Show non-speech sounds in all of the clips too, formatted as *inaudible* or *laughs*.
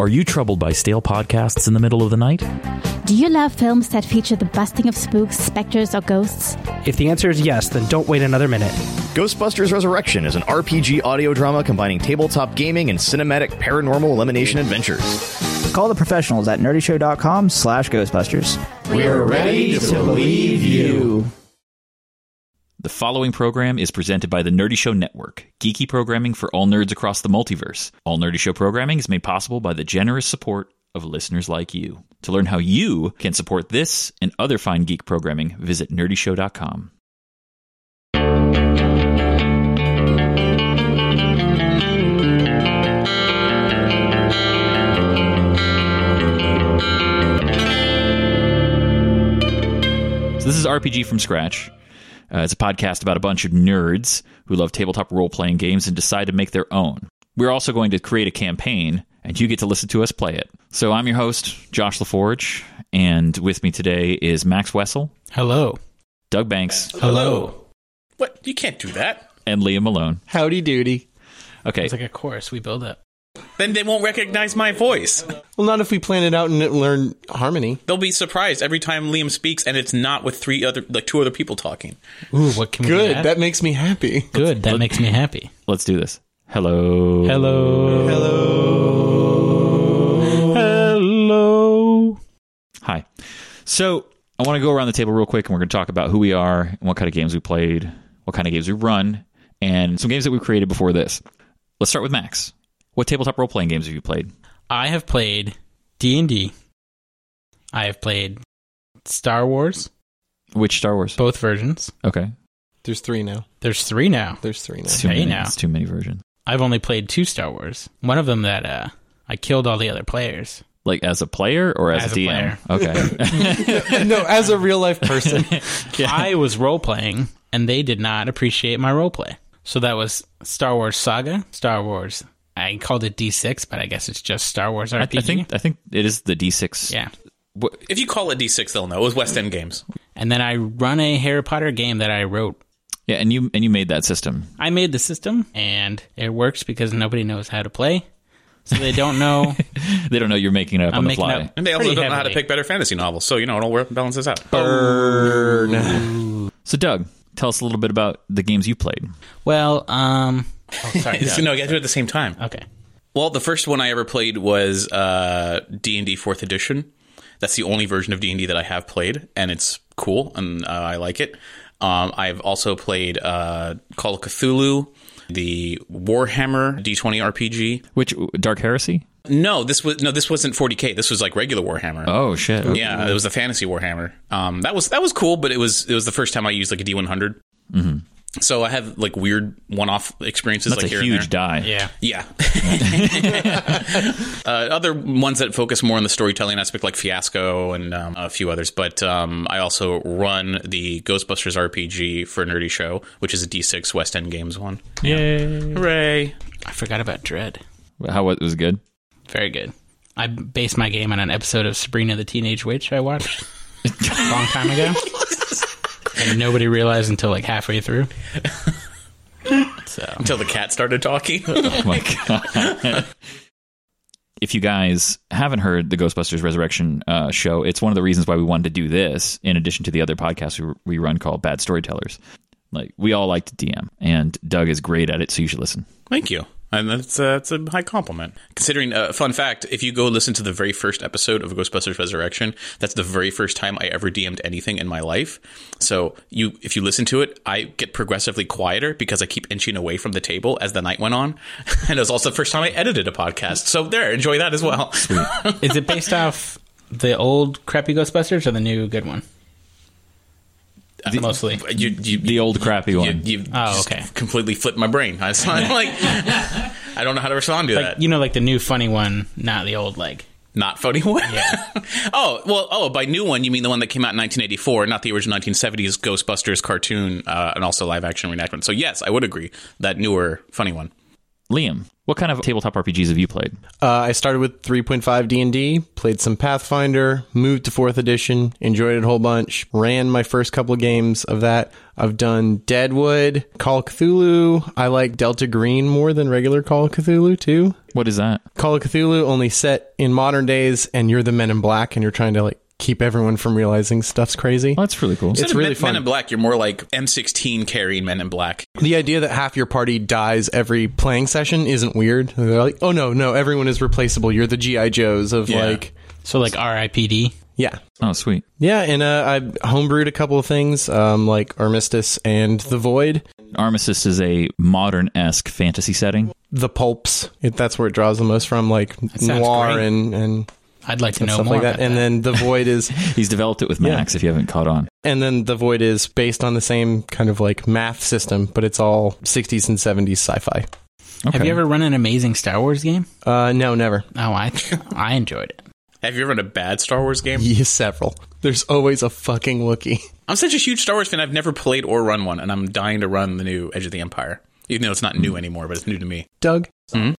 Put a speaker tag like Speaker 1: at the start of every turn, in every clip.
Speaker 1: Are you troubled by stale podcasts in the middle of the night?
Speaker 2: Do you love films that feature the busting of spooks, specters, or ghosts?
Speaker 3: If the answer is yes, then don't wait another minute.
Speaker 4: Ghostbusters Resurrection is an RPG audio drama combining tabletop gaming and cinematic paranormal elimination adventures.
Speaker 5: Call the professionals at nerdyshow.com slash Ghostbusters.
Speaker 6: We're ready to believe you.
Speaker 1: The following program is presented by the Nerdy Show Network, geeky programming for all nerds across the multiverse. All Nerdy Show programming is made possible by the generous support of listeners like you. To learn how you can support this and other fine geek programming, visit nerdyshow.com. So this is RPG from Scratch. Uh, it's a podcast about a bunch of nerds who love tabletop role playing games and decide to make their own. We're also going to create a campaign, and you get to listen to us play it. So I'm your host, Josh LaForge, and with me today is Max Wessel,
Speaker 3: Hello.
Speaker 1: Doug Banks,
Speaker 3: Hello.
Speaker 6: What? You can't do that.
Speaker 1: and Liam Malone.
Speaker 7: Howdy doody.
Speaker 1: Okay,
Speaker 3: It's like a chorus we build up.
Speaker 6: Then they won't recognize my voice.
Speaker 7: Well, not if we plan it out and learn harmony.
Speaker 6: They'll be surprised every time Liam speaks, and it's not with three other, like two other people talking.
Speaker 3: Ooh, what can we
Speaker 7: Good.
Speaker 3: add?
Speaker 7: That makes me happy.
Speaker 3: Good. That makes me happy.
Speaker 1: let's do this. Hello.
Speaker 3: Hello. Hello. Hello.
Speaker 1: Hi. So I want to go around the table real quick, and we're going to talk about who we are, and what kind of games we played, what kind of games we run, and some games that we created before this. Let's start with Max. What tabletop role playing games have you played?
Speaker 3: I have played D&D. I have played Star Wars,
Speaker 1: Which Star Wars?
Speaker 3: both versions.
Speaker 1: Okay,
Speaker 7: There's three now.
Speaker 3: There's 3 now.
Speaker 7: There's three now.
Speaker 1: it's too
Speaker 3: Hey,
Speaker 1: many.
Speaker 3: now.
Speaker 1: It's too many versions.
Speaker 3: I've only played two Star Wars. One of them that uh I killed all the other players.
Speaker 1: Like as a player or as,
Speaker 3: As
Speaker 1: a
Speaker 3: a
Speaker 1: DM?
Speaker 3: player.
Speaker 1: *laughs* Okay.
Speaker 7: *laughs* no, as a real life
Speaker 3: *laughs*
Speaker 7: person.
Speaker 3: I was role playing, and they did not appreciate my role play. So that was Star Wars Saga, Star Wars. I called it D6, but I guess it's just Star Wars
Speaker 1: I, I
Speaker 3: RPG.
Speaker 1: think I think it is the D6.
Speaker 3: yeah.
Speaker 1: What-
Speaker 6: If you call it D6, they'll know. It was West End Games.
Speaker 3: And then I run a Harry Potter game that I wrote.
Speaker 1: yeah, and you and you made that system.
Speaker 3: I made the system, and it works because nobody knows how to play. So they don't
Speaker 6: *laughs*
Speaker 3: know.
Speaker 1: They don't know you're making it up
Speaker 3: I'm
Speaker 1: on the
Speaker 3: making
Speaker 1: fly.
Speaker 3: up-
Speaker 6: And they also
Speaker 3: Pretty
Speaker 6: don't know how to
Speaker 3: heavily.
Speaker 6: pick better fantasy novels, so you know it'll work balance this out.
Speaker 1: So Doug, tell us a little bit about the games you played.
Speaker 3: well, um. Oh, sorry.
Speaker 6: It's- *laughs*
Speaker 3: Doug.
Speaker 6: no, you got to do it at the same time.
Speaker 3: Okay.
Speaker 6: Well, the first one I ever played was uh, D and D Fourth Edition. That's the only version of D and D that I have played, and it's cool, and uh, I like it. Um, I've also played uh, Call of Cthulhu, the Warhammer D twenty RPG.
Speaker 1: Which Dark Heresy?
Speaker 6: No, this was no, this wasn't forty k. This was like regular Warhammer.
Speaker 1: Oh shit.
Speaker 6: Yeah, it was the fantasy Warhammer. Um, that was that was cool, but it was it was the first time I used like a D one hundred.
Speaker 4: Mm-hmm.
Speaker 6: So I have like weird one off experiences
Speaker 1: That's
Speaker 6: like
Speaker 1: a
Speaker 6: here and
Speaker 1: huge
Speaker 6: there.
Speaker 1: die.
Speaker 3: Yeah.
Speaker 6: Yeah. uh, other ones that focus more on the storytelling aspect, like Fiasco and um, a few others. But um, I also run the Ghostbusters RPG for Nerdy Show, which is a D6 West End Games one.
Speaker 3: Yay.
Speaker 6: Hooray!
Speaker 3: I forgot about Dread.
Speaker 1: How was was it good?
Speaker 3: Very good. I based my game on an episode of Sabrina the Teenage Witch I watched a long time ago.
Speaker 6: *laughs*
Speaker 3: and nobody realized until like halfway through. So
Speaker 6: Until the cat started talking.
Speaker 1: *laughs* my god. If you guys haven't heard the Ghostbusters Resurrection uh, show, it's one of the reasons why we wanted to do this, in addition to the other podcast we, we run called Bad Storytellers. Like we all like to DM, and Doug is great at it, so you should listen.
Speaker 6: Thank you.
Speaker 7: *laughs*
Speaker 6: And that's, uh, that's a high compliment. Considering, uh, fun fact, if you go listen to the very first episode of Ghostbusters Resurrection, that's the very first time I ever DM'd anything in my life. So you, if you listen to it, I get progressively quieter because I keep inching away from the table as the night went on. *laughs* and it was also the first time I edited a podcast. So there, enjoy that as well.
Speaker 3: is it based off the old crappy Ghostbusters or the new good one?
Speaker 7: mostly.
Speaker 3: You, you,
Speaker 1: The old crappy one.
Speaker 3: You, you
Speaker 7: Oh,
Speaker 3: just
Speaker 7: okay.
Speaker 3: Completely flipped my brain.
Speaker 6: *laughs*
Speaker 3: I was I'm like, I don't know how to respond to
Speaker 7: Like
Speaker 3: that.
Speaker 7: you know, like the new funny one, not the old like.
Speaker 3: Not funny *laughs* one. oh well. Oh, by new one you mean the one that came out in 1984, not the original 1970s Ghostbusters cartoon uh, and also live action reenactment. So yes, I would agree that newer funny one.
Speaker 1: Liam, what kind of tabletop RPGs have you played?
Speaker 6: Uh, I started with 3.5 D&D, played some Pathfinder, moved to 4th edition, enjoyed it a whole bunch, ran my first couple of games of that. I've done Deadwood, Call of Cthulhu. I like Delta Green more than regular Call of Cthulhu too.
Speaker 1: What is that?
Speaker 6: Call of Cthulhu only set in modern days and you're the men in black and you're trying to like keep everyone from realizing stuff's crazy.
Speaker 1: Well, that's really cool.
Speaker 6: It's
Speaker 3: Instead of
Speaker 6: really
Speaker 3: men,
Speaker 6: fun.
Speaker 3: Men in Black. You're more like M16 carrying Men in Black.
Speaker 6: The idea that half your party dies every playing session isn't weird. They're like, "Oh no, no, everyone is replaceable. You're the GI Joes of
Speaker 3: Yeah.
Speaker 6: like
Speaker 7: So like R.I.P.D.
Speaker 6: yeah."
Speaker 1: Oh, sweet.
Speaker 6: Yeah, and uh, I homebrewed a couple of things, um, like Armistice and The Void,
Speaker 1: Armistice is a modern esque fantasy setting.
Speaker 6: The Pulps. It, that's where it draws the most from, like
Speaker 7: sounds
Speaker 6: noir
Speaker 7: great.
Speaker 6: and, and
Speaker 7: I'd like to know
Speaker 6: stuff
Speaker 7: more
Speaker 6: like that.
Speaker 7: about
Speaker 6: And then The Void is,
Speaker 1: *laughs* He's developed it with Max, if you haven't caught on.
Speaker 6: and then The Void is based on the same kind of like math system, but it's all 60s and 70s sci-fi.
Speaker 1: Okay.
Speaker 7: Have you ever run an amazing Star Wars game?
Speaker 6: Uh, no, never.
Speaker 7: Oh, I *laughs* I enjoyed it.
Speaker 3: Have you ever run a bad Star Wars game?
Speaker 6: Yes, several. There's always a fucking Wookiee.
Speaker 3: I'm such a huge Star Wars fan. I've never played or run one, and I'm dying to run the new Edge of the Empire. Even though it's not new anymore, but it's new to me.
Speaker 6: Doug,
Speaker 3: Mhm.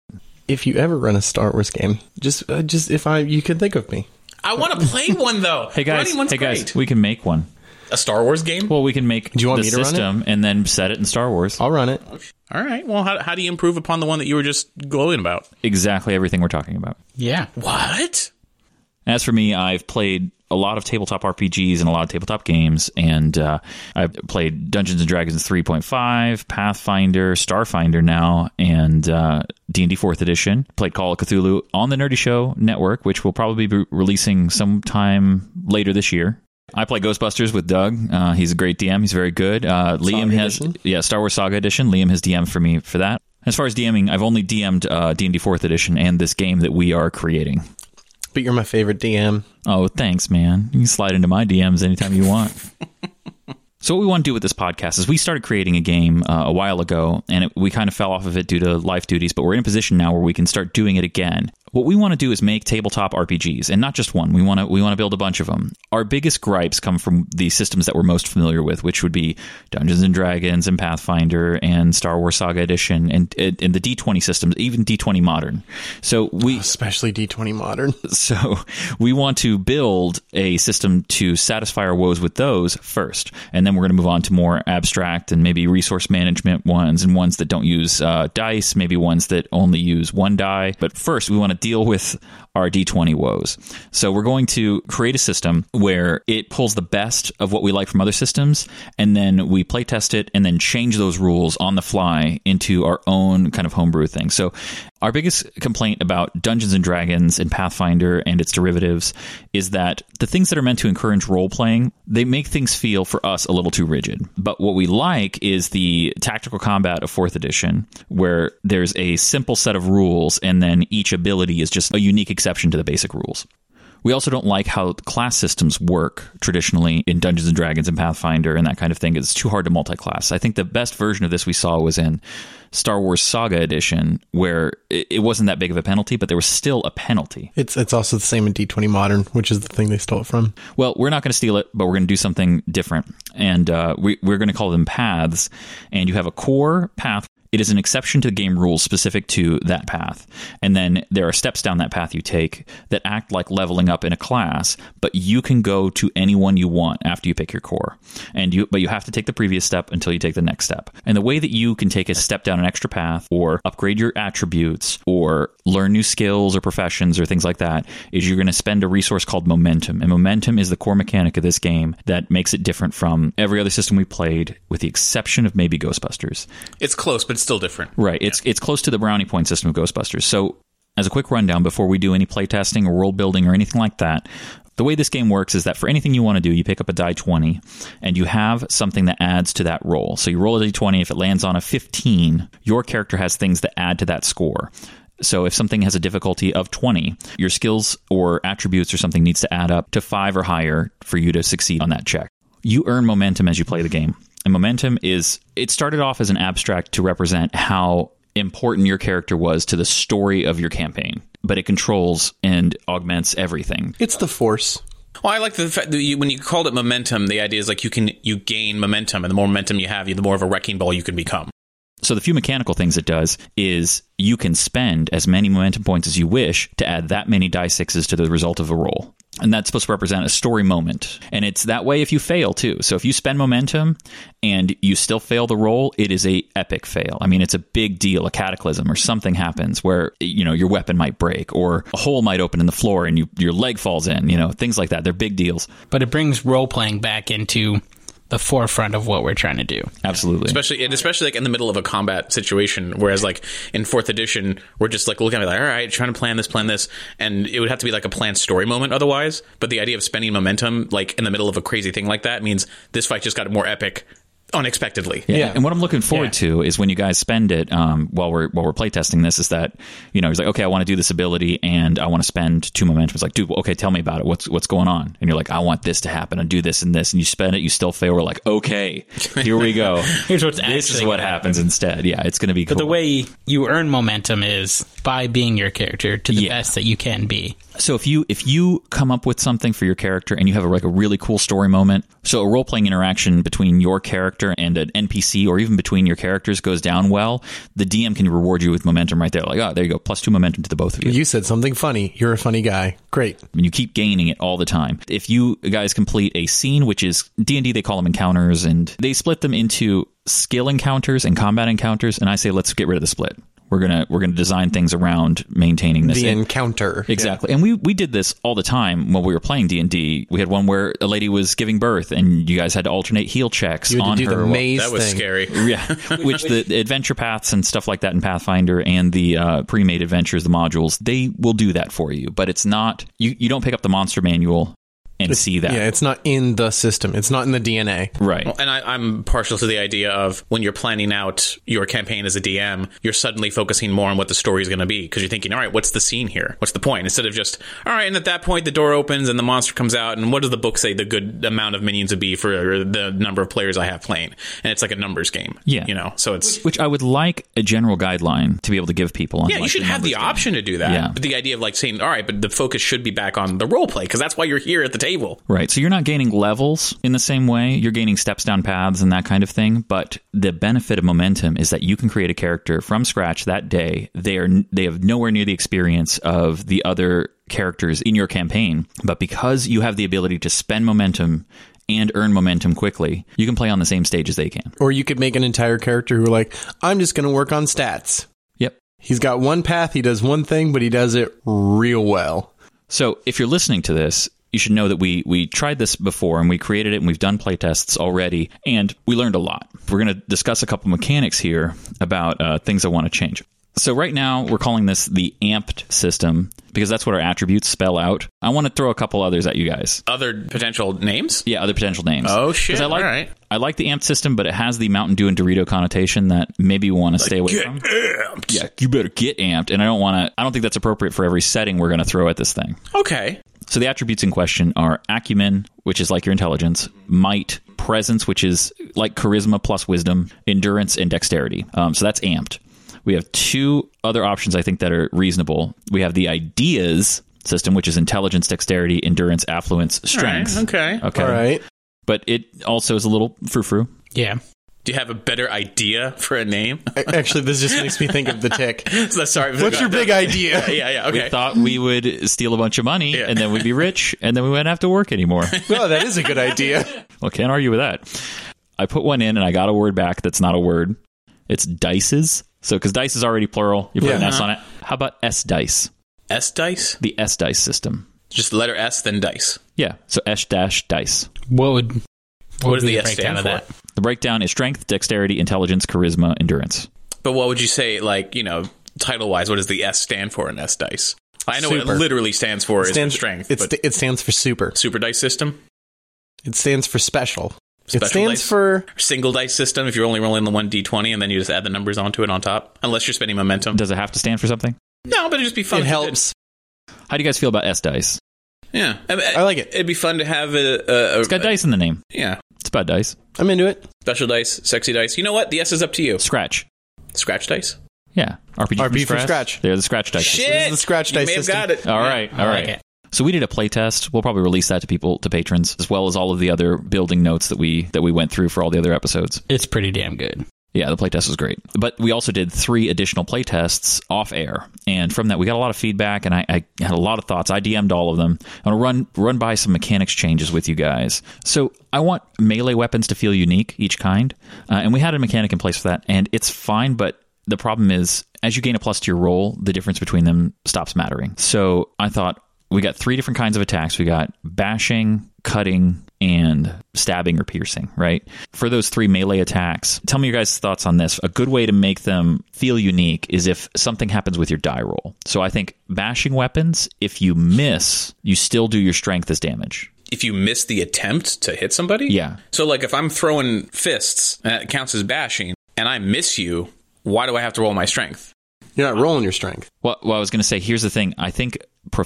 Speaker 6: if you ever run a Star Wars game, just uh, just if I you could think of me.
Speaker 3: I want to play one though.
Speaker 1: Hey guys,
Speaker 3: Running one's
Speaker 1: hey guys,
Speaker 3: great.
Speaker 1: we can make one.
Speaker 3: a Star Wars game.
Speaker 1: Well, we can make
Speaker 6: Do you want
Speaker 1: the
Speaker 6: me to run it?
Speaker 1: system and then set it in Star Wars.
Speaker 6: I'll run it.
Speaker 3: All right. Well, how, how do you improve upon the one that you were just glowing about?
Speaker 1: Exactly everything we're talking about.
Speaker 7: Yeah.
Speaker 3: What?
Speaker 1: As for me, I've played a lot of tabletop RPGs and a lot of tabletop games, and uh, I've played Dungeons and Dragons 3.5, Pathfinder, Starfinder now, and uh, D&D 4th Edition. Played Call of Cthulhu on the Nerdy Show Network, which will probably be releasing sometime later this year. I play Ghostbusters with Doug. Uh, he's a great DM. He's very good. Uh, Liam has yeah Star Wars Saga Edition. Liam has DM for me for that. As far as DMing, I've only DM'd uh, D&D 4th Edition and this game that we are creating.
Speaker 6: But you're my favorite DM.
Speaker 1: Oh, thanks, man. You can slide into my DMs anytime you want. so, what we want to do with this podcast is we started creating a game uh, a while ago, and it, we kind of fell off of it due to life duties, but we're in a position now where we can start doing it again. What we want to do is make tabletop RPGs, and not just one. We want to we want to build a bunch of them. Our biggest gripes come from the systems that we're most familiar with, which would be Dungeons and Dragons and Pathfinder and Star Wars Saga Edition and and and the D20 systems, even D20 Modern. So we
Speaker 6: especially D20 Modern. *laughs*
Speaker 1: so we want to build a system to satisfy our woes with those first, and then we're going to move on to more abstract and maybe resource management ones and ones that don't use uh, dice, maybe ones that only use one die. But first, we want to deal with our d20 woes. So we're going to create a system where it pulls the best of what we like from other systems, and then we play test it and then change those rules on the fly into our own kind of homebrew thing. So our biggest complaint about Dungeons and Dragons and Pathfinder and its derivatives is that the things that are meant to encourage role playing, they make things feel for us a little too rigid. But what we like is the tactical combat of 4th edition where there's a simple set of rules and then each ability is just a unique exception to the basic rules. We also don't like how class systems work traditionally in Dungeons and Dragons and Pathfinder and that kind of thing. It's too hard to multi-class. I think the best version of this we saw was in Star Wars Saga Edition, where it it wasn't that big of a penalty, but there was still a penalty.
Speaker 6: It's it's also the same in D20 Modern, which is the thing they stole it from.
Speaker 1: Well, we're not going to steal it, but we're going to do something different, and uh, we, we're going to call them paths. And you have a core path. It is an exception to the game rules specific to that path. And then there are steps down that path you take that act like leveling up in a class, but you can go to anyone you want after you pick your core. And you but you have to take the previous step until you take the next step. And the way that you can take a step down an extra path or upgrade your attributes or learn new skills or professions or things like that is you're going to spend a resource called momentum. And momentum is the core mechanic of this game that makes it different from every other system we played with the exception of maybe Ghostbusters.
Speaker 3: It's close, but it's still different.
Speaker 1: Right. It's it's close to the brownie point system of Ghostbusters. So, as a quick rundown before we do any playtesting or world building or anything like that, the way this game works is that for anything you want to do, you pick up a die 20 and you have something that adds to that roll. So you roll a d20, if it lands on a 15, your character has things that add to that score. So if something has a difficulty of 20, your skills or attributes or something needs to add up to 5 or higher for you to succeed on that check. you earn momentum as you play the game. And momentum is, it started off as an abstract to represent how important your character was to the story of your campaign, but it controls and augments everything.
Speaker 6: It's the force.
Speaker 3: Well, I like the fact that you, when you called it momentum, the idea is like you can you gain momentum, and the more momentum you have, the more of a wrecking ball you can become.
Speaker 1: So the few mechanical things it does is you can spend as many momentum points as you wish to add that many die sixes to the result of a roll. And that's supposed to represent a story moment. And it's that way if you fail too. So if you spend momentum and you still fail the roll, it is a epic fail. I mean, it's a big deal, a cataclysm or something happens where, you know, your weapon might break or a hole might open in the floor and you, your leg falls in, you know, things like that. They're big deals.
Speaker 7: But it brings role playing back into the forefront of what we're trying to do.
Speaker 1: Absolutely.
Speaker 3: Especially and especially like in the middle of a combat situation. Whereas like in fourth edition, we're just like looking at it like, all right, trying to plan this, plan this, and it would have to be like a planned story moment otherwise. But the idea of spending momentum like in the middle of a crazy thing like that means this fight just got more epic unexpectedly.
Speaker 1: Yeah. And what I'm looking forward to is when you guys spend it um, while we're while we're playtesting this is that you know he's like, okay, I want to do this ability and I want to spend two momentum. It's like, dude, well, okay, tell me about it. What's what's going on? And you're like, I want this to happen and do this and this, and you spend it, you still fail. We're like, okay, here
Speaker 7: *laughs*
Speaker 1: we go.
Speaker 7: Here's what's
Speaker 1: this is
Speaker 7: actually
Speaker 1: what
Speaker 7: gonna
Speaker 1: happens instead. Yeah, it's going to be.
Speaker 7: But the
Speaker 1: cool.
Speaker 7: way you earn momentum is by being your character to the
Speaker 1: Yeah.
Speaker 7: best that you can be.
Speaker 1: So if you if you come up with something for your character and you have a, like a really cool story moment, so a role playing interaction between your character and an NPC or even between your characters goes down well, the DM can reward you with momentum right there. Like, oh, there you go, plus two momentum to the both of you.
Speaker 6: You said something funny. You're a funny guy. Great.
Speaker 1: and you keep gaining it all the time. If you guys complete a scene, which is D and D, they call them encounters, and they split them into skill encounters and combat encounters. And I say, let's get rid of the split. We're gonna we're gonna design things around maintaining this.
Speaker 6: The
Speaker 1: And-
Speaker 6: encounter.
Speaker 1: Exactly. And we, we did this all the time when we were playing D&D. We had one where a lady was giving birth and you guys had to alternate heal checks
Speaker 6: You had
Speaker 1: on
Speaker 6: to do
Speaker 1: her.
Speaker 6: the maze
Speaker 3: That was
Speaker 6: thing.
Speaker 3: scary.
Speaker 1: yeah, which the adventure paths and stuff like that in Pathfinder and the uh, pre-made adventures, the modules, they will do that for you. But it's not you. You don't pick up the monster manual and see that,
Speaker 6: Yeah, it's not in the system. It's not in the DNA.
Speaker 1: right?
Speaker 3: Well, and I, I'm partial to the idea of when you're planning out your campaign as a DM, you're suddenly focusing more on what the story is going to be because you're thinking, all right, what's the scene here? What's the point? Instead of just, all right, and at that point, the door opens and the monster comes out, and what does the book say the good amount of minions would be for the number of players I have playing? And it's like a numbers game.
Speaker 1: Yeah.
Speaker 3: You know, so it's.
Speaker 1: Which I would like a general guideline to be able to give people. On
Speaker 3: Yeah, you
Speaker 1: like,
Speaker 3: should have the
Speaker 1: numbers game.
Speaker 3: option to do that.
Speaker 1: Yeah.
Speaker 3: But the idea of like saying, all right, but the focus should be back on the role play because that's why you're here at the table.
Speaker 1: Right. So you're not gaining levels in the same way. You're gaining steps down paths and that kind of thing. But the benefit of momentum is that you can create a character from scratch that day. They are they have nowhere near the experience of the other characters in your campaign. But because you have the ability to spend momentum and earn momentum quickly, you can play on the same stage as they can.
Speaker 6: Or you could make an entire character who, like, I'm just going to work on stats.
Speaker 1: Yep.
Speaker 6: He's got one path. He does one thing, but he does it real well.
Speaker 1: So if you're listening to this, you should know that we we tried this before and we created it and we've done playtests already and we learned a lot. We're going to discuss a couple mechanics here about uh, things I want to change. So right now we're calling this the amped system because that's what our attributes spell out. I want to throw a couple others at you guys.
Speaker 3: Other potential names?
Speaker 1: Yeah, other potential names.
Speaker 3: Oh, shit.
Speaker 1: 'Cause I like
Speaker 3: All right.
Speaker 1: I like the amped system, but it has the Mountain Dew and Dorito connotation that maybe we want to stay away from. Yeah, you better get amped, and I don't want to. I don't think that's appropriate for every setting we're going to throw at this thing.
Speaker 3: Okay.
Speaker 1: So the attributes in question are acumen, which is like your intelligence, might, presence, which is like charisma plus wisdom, endurance, and dexterity. Um, so that's amped. We have two other options I think that are reasonable. We have the ideas system, which is intelligence, dexterity, endurance, affluence, strength.
Speaker 3: okay.
Speaker 1: Okay.
Speaker 6: All right.
Speaker 1: But it also is a little frou frou.
Speaker 7: Yeah.
Speaker 3: Do you have a better idea for a name?
Speaker 6: A- Actually, this just makes me think of the tick.
Speaker 3: *laughs* So- Sorry.
Speaker 6: What's
Speaker 3: *laughs*
Speaker 6: your big idea?
Speaker 3: Yeah, yeah.
Speaker 1: We
Speaker 3: Okay.
Speaker 1: thought we would steal a bunch of money
Speaker 3: Yeah.
Speaker 1: and then we'd be rich and then we wouldn't have to work anymore.
Speaker 6: Well, Oh, that is a good idea.
Speaker 1: Well, can't argue with that. I put one in and I got a word back that's not a word. It's dices. So, because dice is already plural, you put an
Speaker 6: Yeah.
Speaker 1: S on it. How about S dice?
Speaker 3: *laughs* S dice,
Speaker 1: The S dice system.
Speaker 3: just letter S, then dice.
Speaker 1: Yeah. So S dash dice.
Speaker 7: What would what,
Speaker 3: What
Speaker 7: would
Speaker 3: does
Speaker 7: be
Speaker 3: the
Speaker 7: the
Speaker 3: S
Speaker 7: breakdown
Speaker 3: stand
Speaker 7: of
Speaker 3: for?
Speaker 7: that?
Speaker 1: The breakdown is strength, dexterity, intelligence, charisma, endurance.
Speaker 3: But what would you say, like you know, title wise, what does the S stand for in S dice? I know what
Speaker 6: Super.
Speaker 3: it literally stands for is for strength.
Speaker 6: It's
Speaker 3: but
Speaker 6: the- it stands for super.
Speaker 3: super dice system,
Speaker 6: It stands for special.
Speaker 3: Special
Speaker 6: it stands
Speaker 3: dice?
Speaker 6: for
Speaker 3: single dice system. If you're only rolling the one d twenty and then you just add the numbers onto it on top, unless you're spending momentum.
Speaker 1: Does it have to stand for something?
Speaker 3: no, but it'd just be fun.
Speaker 6: it
Speaker 3: if did.
Speaker 6: helps.
Speaker 1: How do you guys feel about S dice?
Speaker 3: Yeah, I, mean,
Speaker 6: I like it.
Speaker 3: It'd be fun to have a, a, a
Speaker 1: It's got dice in the name.
Speaker 3: yeah
Speaker 1: It's about dice.
Speaker 6: I'm into it.
Speaker 3: special dice, sexy dice. You know what? The S is up to you.
Speaker 1: Scratch.
Speaker 3: Scratch dice.
Speaker 1: Yeah.
Speaker 6: RPG
Speaker 1: RPG, from,
Speaker 6: from
Speaker 1: scratch.
Speaker 6: scratch.
Speaker 1: They're the scratch dice.
Speaker 3: Shit,
Speaker 6: This is the scratch
Speaker 3: you
Speaker 6: dice
Speaker 3: may have
Speaker 6: system.
Speaker 3: got it.
Speaker 1: All right.
Speaker 7: I
Speaker 1: all
Speaker 7: like
Speaker 1: right.
Speaker 7: it.
Speaker 1: So we did a playtest. We'll probably release that to people, to patrons, as well as all of the other building notes that we that we went through for all the other episodes.
Speaker 7: It's pretty damn good.
Speaker 1: Yeah, the playtest was great. But we also did three additional playtests off air. And from that, we got a lot of feedback and I, I had a lot of thoughts. I DM'd all of them. I'm going to run, run by some mechanics changes with you guys. So I want melee weapons to feel unique, each kind. Uh, and we had a mechanic in place for that. And it's fine, but the problem is as you gain a plus to your roll, the difference between them stops mattering. So I thought we got three different kinds of attacks we got bashing, cutting, and stabbing or piercing, right? For those three melee attacks, tell me your guys' thoughts on this. A good way to make them feel unique is if something happens with your die roll. So I think bashing weapons, if you miss, you still do your strength as damage.
Speaker 3: If you miss the attempt to hit somebody,
Speaker 1: Yeah.
Speaker 3: So like, if I'm throwing fists, and that counts as bashing, and I miss you, why do I have to roll my strength?
Speaker 6: You're not rolling your strength.
Speaker 1: Well, well, I was going to say, here's the thing. I think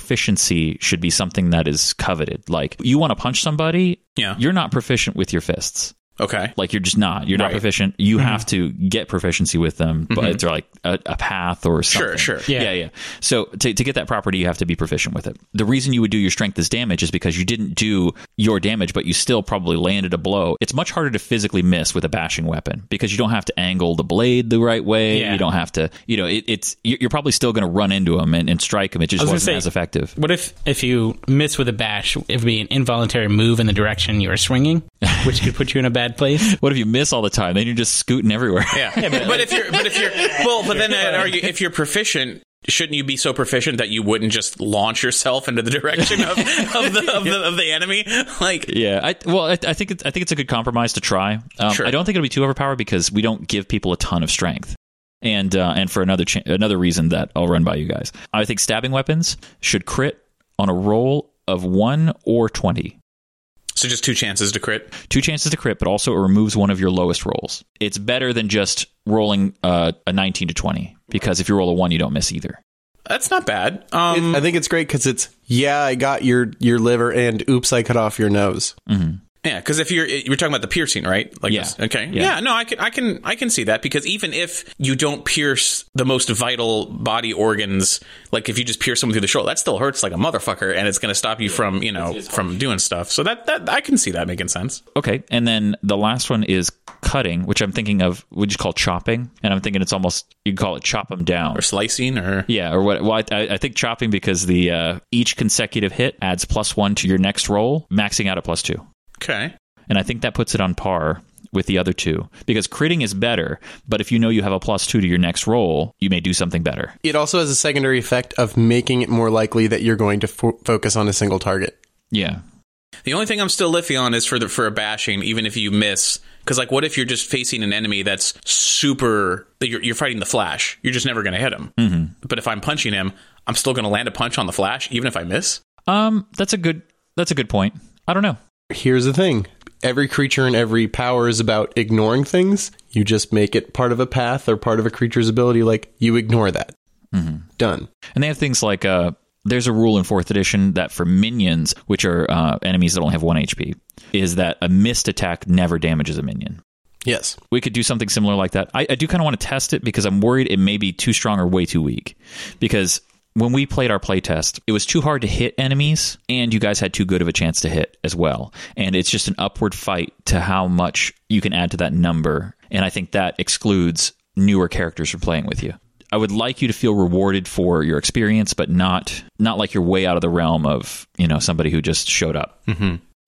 Speaker 1: proficiency should be something that is coveted. Like, you want to punch somebody,
Speaker 3: Yeah.
Speaker 1: you're not proficient with your fists.
Speaker 6: *laughs*
Speaker 3: Okay.
Speaker 1: Like, you're just not. You're not
Speaker 3: Right. Mm-hmm.
Speaker 1: proficient. You have to get proficiency with them, but they're like a, a path or something.
Speaker 3: Sure, sure.
Speaker 1: Yeah, yeah. So, to, to get that property, you have to be proficient with it. The reason you would do your strength as damage is because you didn't do your damage, but you still probably landed a blow. It's much harder to physically miss with a bashing weapon because you don't have to angle the blade the right way.
Speaker 7: Yeah.
Speaker 1: You don't have to, you know, it, it's you're you're probably still going to run into them and, and strike them. It just
Speaker 7: was gonna
Speaker 1: wasn't
Speaker 7: say-
Speaker 1: as effective.
Speaker 7: What if if you miss with a bash, it would be an involuntary move in the direction you are
Speaker 6: *laughs*
Speaker 7: swinging, which could put you in a bad place.
Speaker 1: What if you miss all the time? Then you're just scooting everywhere.
Speaker 3: Yeah. but, if you're,
Speaker 6: *laughs*
Speaker 3: but if you're, well, but then I'd argue if you're proficient, shouldn't you be so proficient that you wouldn't just launch yourself into the direction of, of, the, of, the, of the enemy? Like,
Speaker 1: Yeah, I, well, I, I think it's, I think it's a good compromise to try. Um,
Speaker 3: Sure.
Speaker 1: I don't think it'll be too overpowered because we don't give people a ton of strength, and uh, and for another cha- another reason that I'll run by you guys. I think stabbing weapons should crit on a roll of one or twenty.
Speaker 3: so just two chances to crit.
Speaker 1: Two chances to crit, but also it removes one of your lowest rolls. It's better than just rolling uh, a nineteen to twenty because if you roll a one, you don't miss either.
Speaker 3: That's not bad.
Speaker 6: It-
Speaker 3: Um,
Speaker 6: I think it's great because it's yeah, I got your your liver, and oops, I cut off your nose.
Speaker 3: Yeah, because if you're you're talking about the piercing, right? Like
Speaker 1: Yeah.
Speaker 3: this- Okay.
Speaker 1: Yeah.
Speaker 3: Yeah. No, I can I can I can see that because even if you don't pierce the most vital body organs, like if you just pierce someone through the shoulder, that still hurts like a motherfucker, and it's going to stop you from you know from doing stuff. So that that I can see that making sense.
Speaker 1: Okay, and then the last one is cutting, which I'm thinking of. We just call chopping, and I'm thinking it's almost you could call it chop them down
Speaker 3: Or slicing, or
Speaker 1: Yeah, or what? Well, I, I think chopping because the uh, each consecutive hit adds plus one to your next roll, maxing out at plus two,
Speaker 3: okay,
Speaker 1: and I think that puts it on par with the other two because critting is better. But if you know you have a plus two to your next roll, you may do something better.
Speaker 6: It also has a secondary effect of making it more likely that you're going to fo- focus on a single target.
Speaker 1: Yeah,
Speaker 3: The only thing I'm still iffy on is for the for a bashing, even if you miss. Because like, what if you're just facing an enemy that's super? that You're, you're fighting the Flash. You're just never going to hit him. Mm-hmm. But if I'm punching him, I'm still going to land a punch on the Flash, even if I miss.
Speaker 1: um, that's a good that's a good point. I don't know.
Speaker 6: Here's the thing. Every creature and every power is about ignoring things. You just make it part of a path or part of a creature's ability. Like, you ignore that. Done.
Speaker 1: And they have things like uh, there's a rule in fourth edition that for minions, which are uh, enemies that only have one HP, is that a missed attack never damages a minion.
Speaker 6: Yes.
Speaker 1: we could do something similar like that. I, I do kind of want to test it because I'm worried it may be too strong or way too weak. Because when we played our playtest, it was too hard to hit enemies, and you guys had too good of a chance to hit as well. And it's just an upward fight to how much you can add to that number. And I think that excludes newer characters from playing with you. I would like you to feel rewarded for your experience, but not not like you're way out of the realm of you know somebody who just showed up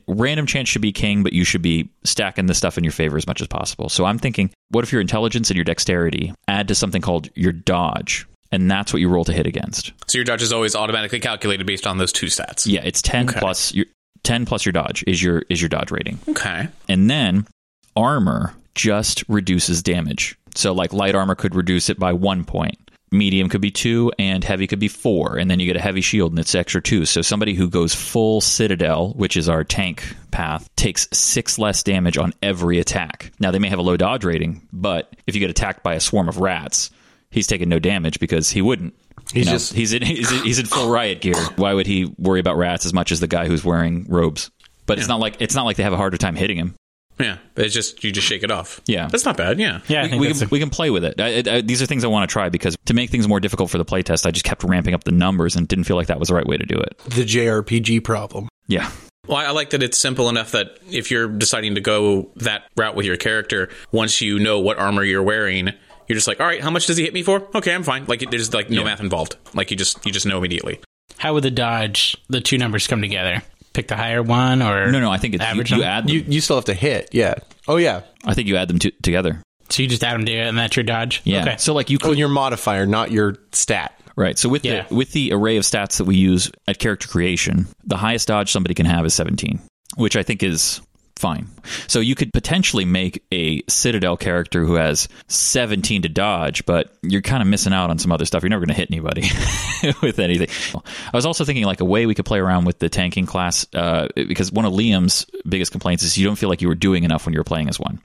Speaker 1: random chance should be king, but you should be stacking the stuff in your favor as much as possible. So I'm thinking, what if your intelligence and your dexterity add to something called your dodge? And that's what you roll to hit against.
Speaker 3: So your dodge is always automatically calculated based on those two stats.
Speaker 1: Yeah, it's ten
Speaker 3: Okay.
Speaker 1: plus your ten plus your dodge is your is your dodge rating.
Speaker 3: Okay.
Speaker 1: And then armor just reduces damage. So like light armor could reduce it by one point. Medium could be two, and heavy could be four, and then you get a heavy shield, and it's extra two. So somebody who goes full citadel, which is our tank path, takes six less damage on every attack. Now they may have a low dodge rating, but if you get attacked by a swarm of rats, he's taken no damage because he wouldn't. He's
Speaker 6: just-
Speaker 1: he's in he's, in- he's in full riot gear. Why would he worry about rats as much as the guy who's wearing robes? But it's not like it's not like they have a harder time hitting him.
Speaker 3: Yeah, but it's just you just shake it off.
Speaker 1: Yeah.
Speaker 3: that's not bad. Yeah,
Speaker 7: Yeah, I
Speaker 1: we,
Speaker 7: think
Speaker 1: we
Speaker 7: that's
Speaker 1: can, we can play with it. I, I, I- these are things I want to try because to make things more difficult for the playtest, I just kept ramping up the numbers and didn't feel like that was the right way to do it.
Speaker 6: The JRPG problem.
Speaker 1: Yeah.
Speaker 3: Well, I like that it's simple enough that if you're deciding to go that route with your character, once you know what armor you're wearing, you're just like, all right, how much does he hit me for? Okay, I'm fine. Like there's like no math involved. Like you just you just know immediately.
Speaker 7: How would the dodge the two numbers come together? Pick the higher one or
Speaker 1: No, no. I think it's
Speaker 7: average
Speaker 1: you, you
Speaker 7: number?
Speaker 1: add them.
Speaker 6: You you still have to hit. Yeah. Oh yeah.
Speaker 1: I think you add them to, together.
Speaker 7: So you just add them together and that's your dodge.
Speaker 1: Yeah.
Speaker 7: Okay.
Speaker 1: So like you
Speaker 6: Oh,
Speaker 1: could
Speaker 6: your modifier, not your stat.
Speaker 1: Right. So with
Speaker 7: Yeah.
Speaker 1: the with the array of stats that we use at character creation, the highest dodge somebody can have is 17, which I think is fine. So you could potentially make a Citadel character who has 17 to dodge, but you're kind of missing out on some other stuff. You're never going to hit anybody *laughs* with anything. I was also thinking like a way we could play around with the tanking class uh, because one of Liam's biggest complaints is you don't feel like you were doing enough when you were playing as one.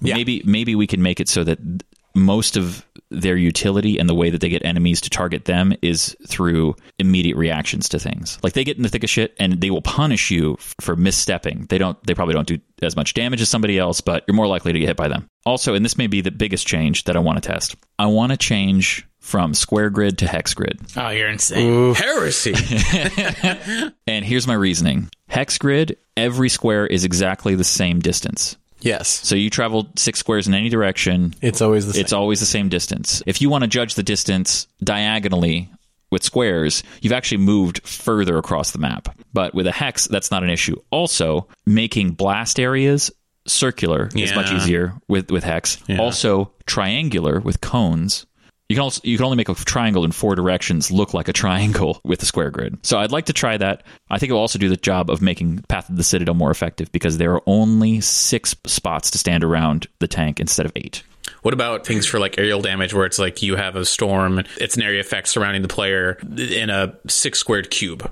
Speaker 1: Maybe maybe we can make it so that th- most of their utility and the way that they get enemies to target them is through immediate reactions to things. Like they get in the thick of shit and they will punish you f- for misstepping. They don't they probably don't do as much damage as somebody else, but you're more likely to get hit by them. Also, and this may be the biggest change that I want to test. I want to change from square grid to hex grid.
Speaker 7: Oh, you're insane.
Speaker 3: Heresy.
Speaker 1: And here's my reasoning. Hex grid, every square is exactly the same distance.
Speaker 6: Yes.
Speaker 1: So you travel 6 squares in any direction,
Speaker 6: It's always the same.
Speaker 1: it's always the same distance. If you want to judge the distance diagonally with squares, you've actually moved further across the map. But with a hex, that's not an issue. Also, making blast areas circular is
Speaker 3: Yeah.
Speaker 1: much easier with, with hex.
Speaker 3: Yeah.
Speaker 1: Also, triangular with cones. You can also you can only make a triangle in four directions look like a triangle *laughs* with a square grid. So I'd like to try that. I think it will also do the job of making Path of the Citadel more effective because there are only six spots to stand around the tank instead of eight.
Speaker 3: What about things for like aerial damage where it's like you have a storm, it's an area effect surrounding the player in a six squared cube?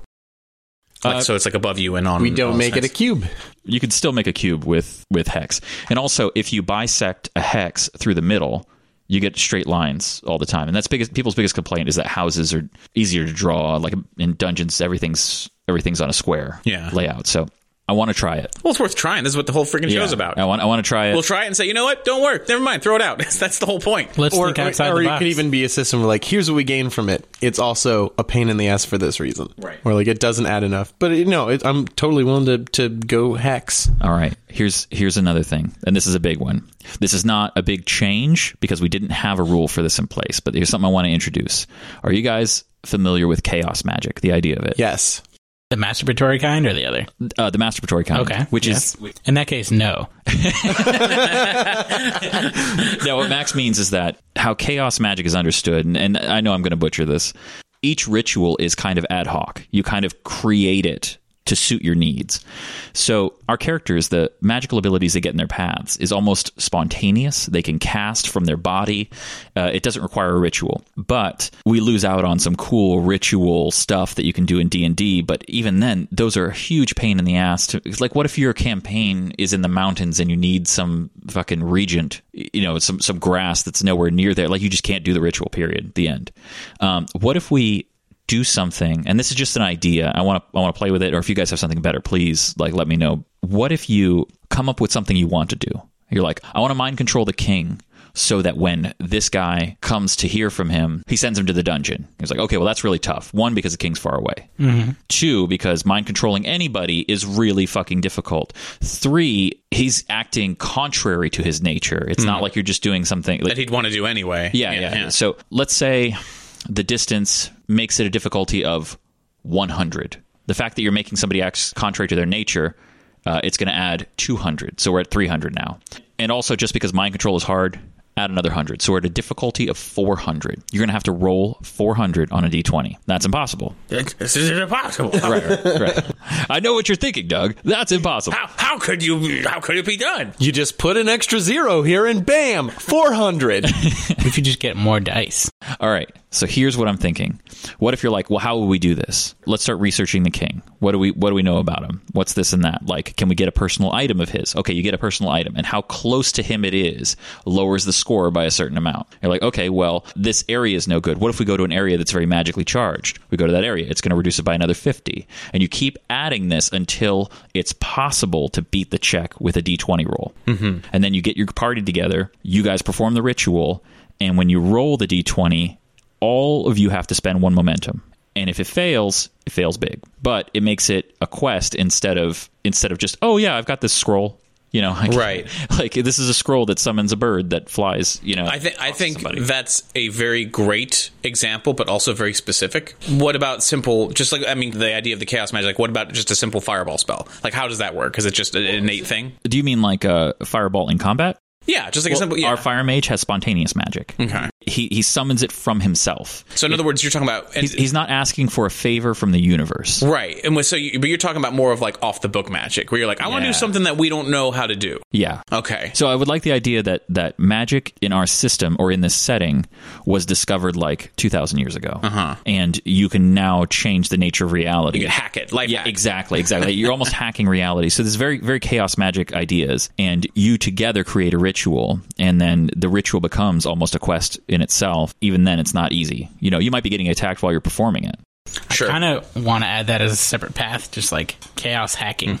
Speaker 3: Like,
Speaker 1: Uh,
Speaker 3: so it's like above you and on.
Speaker 6: we don't
Speaker 3: on
Speaker 6: make it a
Speaker 3: sides.
Speaker 6: cube.
Speaker 1: you can still make a cube with with hex and also if you bisect a hex through the middle you get straight lines all the time and that's biggest people's biggest complaint is that houses are easier to draw like in dungeons everything's everything's on a square
Speaker 3: Yeah.
Speaker 1: layout so i want to try it
Speaker 3: Well, it's worth trying. This is what the whole freaking show's about.
Speaker 1: i want i want to try it
Speaker 3: We'll try it and say, you know what? Don't work. Never mind. Throw it out. *laughs* That's the whole point.
Speaker 7: Let's
Speaker 6: Or,
Speaker 7: think outside
Speaker 6: or,
Speaker 7: the
Speaker 6: it
Speaker 7: box.
Speaker 6: could even be a system where like, here's what we gain from it. It's also a pain in the ass for this reason.
Speaker 3: Right.
Speaker 6: Or like it doesn't add enough. But you know, it, I'm totally willing to, to go hex.
Speaker 1: All right. Here's here's another thing, and this is a big one. This is not a big change because we didn't have a rule for this in place, but here's something I want to introduce. Are you guys familiar with chaos magic? The idea of it,
Speaker 6: Yes.
Speaker 7: the masturbatory kind or the other?
Speaker 1: uh, the masturbatory kind,
Speaker 7: Okay.
Speaker 1: which is
Speaker 7: In that case, no.
Speaker 1: no, what Max means is that how chaos magic is understood, and, and I know I'm going to butcher this. Each ritual is kind of ad hoc. You kind of create it to suit your needs. So our characters, the magical abilities they get in their paths, is almost spontaneous. They can cast from their body. Uh, it doesn't require a ritual, but we lose out on some cool ritual stuff that you can do in D and D. But even then, those are a huge pain in the ass. To, it's like, what if your campaign is in the mountains and you need some fucking regent, you know, some some grass that's nowhere near there? Like you just can't do the ritual. Period. The end. Um, what if we do something and this is just an idea i want to i want to play with it or if you guys have something better please like let me know what if you come up with something you want to do you're like i want to mind control the king so that when this guy comes to hear from him he sends him to the dungeon he's like okay well that's really tough one because the king's far away two because mind controlling anybody is really fucking difficult three he's acting contrary to his nature it's not like you're just doing something like,
Speaker 3: That he'd want to do anyway.
Speaker 1: Hmm. yeah, yeah, yeah. So let's say the distance makes it a difficulty of 100. The fact that you're making somebody act contrary to their nature, uh, it's going to add 200. So we're at 300 now. And also, just because mind control is hard, add another 100. So we're at a difficulty of 400. You're going to have to roll 400 on a d20. That's impossible.
Speaker 3: This is impossible.
Speaker 1: right. *laughs* I know what you're thinking, Doug. That's impossible.
Speaker 3: How, how could you? How could it be done?
Speaker 6: You just put an extra zero here and bam, 400.
Speaker 7: What if you just get more dice?
Speaker 1: All right. So here's what I'm thinking. What if you're like, well, how will we do this? Let's start researching the king. What do we what do we know about him? What's this and that? Like, can we get a personal item of his? Okay, you get a personal item, and how close to him it is lowers the score by a certain amount. You're like, okay, well, this area is no good. What if we go to an area that's very magically charged? We go to that area, it's going to reduce it by another 50. And you keep adding this until it's possible to beat the check with a d20 roll. Mm-hmm. And then you get your party together, you guys perform the ritual, and when you roll the d20, all of you have to spend one momentum and if it fails it fails big but it makes it a quest instead of instead of just oh yeah i've got this scroll you know I can-
Speaker 3: Right.
Speaker 1: *laughs* like this is a scroll that summons a bird that flies you know
Speaker 3: *laughs* I think I
Speaker 1: across
Speaker 3: think
Speaker 1: somebody.
Speaker 3: that's a very great example, but also very specific. What about simple? Just like I mean, the idea of the chaos magic. Like, what about just a simple fireball spell? Like, how does that work? Because it's just an innate thing.
Speaker 1: do you mean like a fireball in combat
Speaker 3: Yeah, just like a
Speaker 1: Well,
Speaker 3: simple. Yeah.
Speaker 1: our fire mage has spontaneous magic
Speaker 3: okay.
Speaker 1: he he summons it from himself
Speaker 3: So in other words, you're talking about and,
Speaker 1: he's, he's not asking for a favor from the universe
Speaker 3: right, and with- so you, but you're talking about more of like off the book magic, where you're like, I want to
Speaker 1: Yeah.
Speaker 3: do something that we don't know how to do.
Speaker 1: yeah
Speaker 3: Okay.
Speaker 1: So I would like the idea that that magic in our system or in this setting was discovered like 2,000 years ago, uh-huh. and you can now change the nature of reality.
Speaker 3: You can hack it, life
Speaker 1: yeah,
Speaker 3: hack.
Speaker 1: exactly, exactly. You're
Speaker 3: *laughs*
Speaker 1: almost hacking reality. So there's very, very chaos magic ideas, and you together create a ritual, and then the ritual becomes almost a quest in itself. Even then, it's not easy. You know, you might be getting attacked while you're performing it.
Speaker 3: Sure.
Speaker 7: Kind of want to add that as a separate path, just like chaos hacking.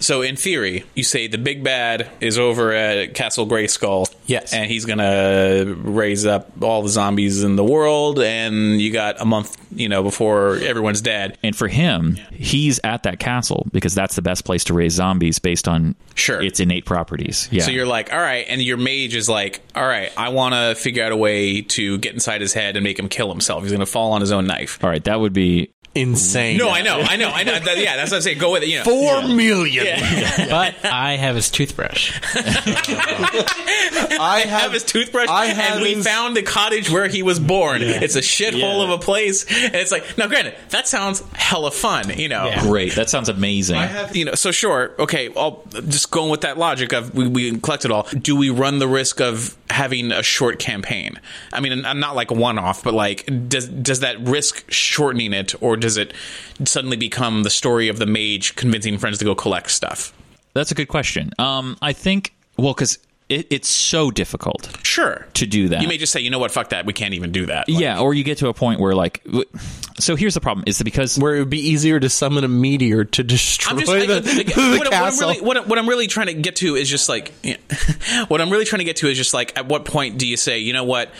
Speaker 3: So in theory, you say the big bad is over at Castle Grayskull.
Speaker 6: Yes.
Speaker 3: And he's gonna raise up all the zombies in the world, and you got a month, you know, before everyone's dead.
Speaker 1: And for him, he's at that castle because that's the best place to raise zombies based on
Speaker 3: Sure.
Speaker 1: its innate properties. Yeah.
Speaker 3: So you're like, all right, and your mage is like, all right, I want to figure out a way to get inside his head and make him kill himself. He's gonna fall on his own knife.
Speaker 1: All right, that would be
Speaker 6: Insane.
Speaker 3: No, I know, I know, I know. That- yeah, that's what I'm saying. Go with it. You know.
Speaker 6: Four million.
Speaker 7: *laughs* But I have his
Speaker 3: *laughs*
Speaker 7: toothbrush.
Speaker 6: I
Speaker 3: I have his toothbrush,
Speaker 6: I have
Speaker 3: and we
Speaker 6: his-
Speaker 3: found the cottage where he was born. It's a shithole of a place, and it's like, now, granted, that sounds hella fun, you know.
Speaker 1: great. That sounds amazing.
Speaker 3: You know, so sure, okay. I'll just going with that logic of we, we collect it all. Do we run the risk of having a short campaign? I mean, I'm not like one off, but like, does does that risk shortening it, or does it suddenly become the story of the mage convincing friends to go collect stuff?
Speaker 1: That's a good question. Um, I think well, because it, it's so difficult
Speaker 3: Sure,
Speaker 1: to do that.
Speaker 3: you may just say, you know what, fuck that, we can't even do that. Like,
Speaker 1: yeah, or you get to a point where like, w- so here's the problem: is that because
Speaker 6: Where it would be easier to summon a meteor to destroy
Speaker 3: I'm just
Speaker 6: the,
Speaker 1: *laughs*
Speaker 3: I- I-
Speaker 6: the
Speaker 3: what, what I'm
Speaker 6: castle.
Speaker 3: really what, I- what I'm really trying to get to is just like yeah. *laughs* what I'm really trying to get to is just like at what point do you say you know what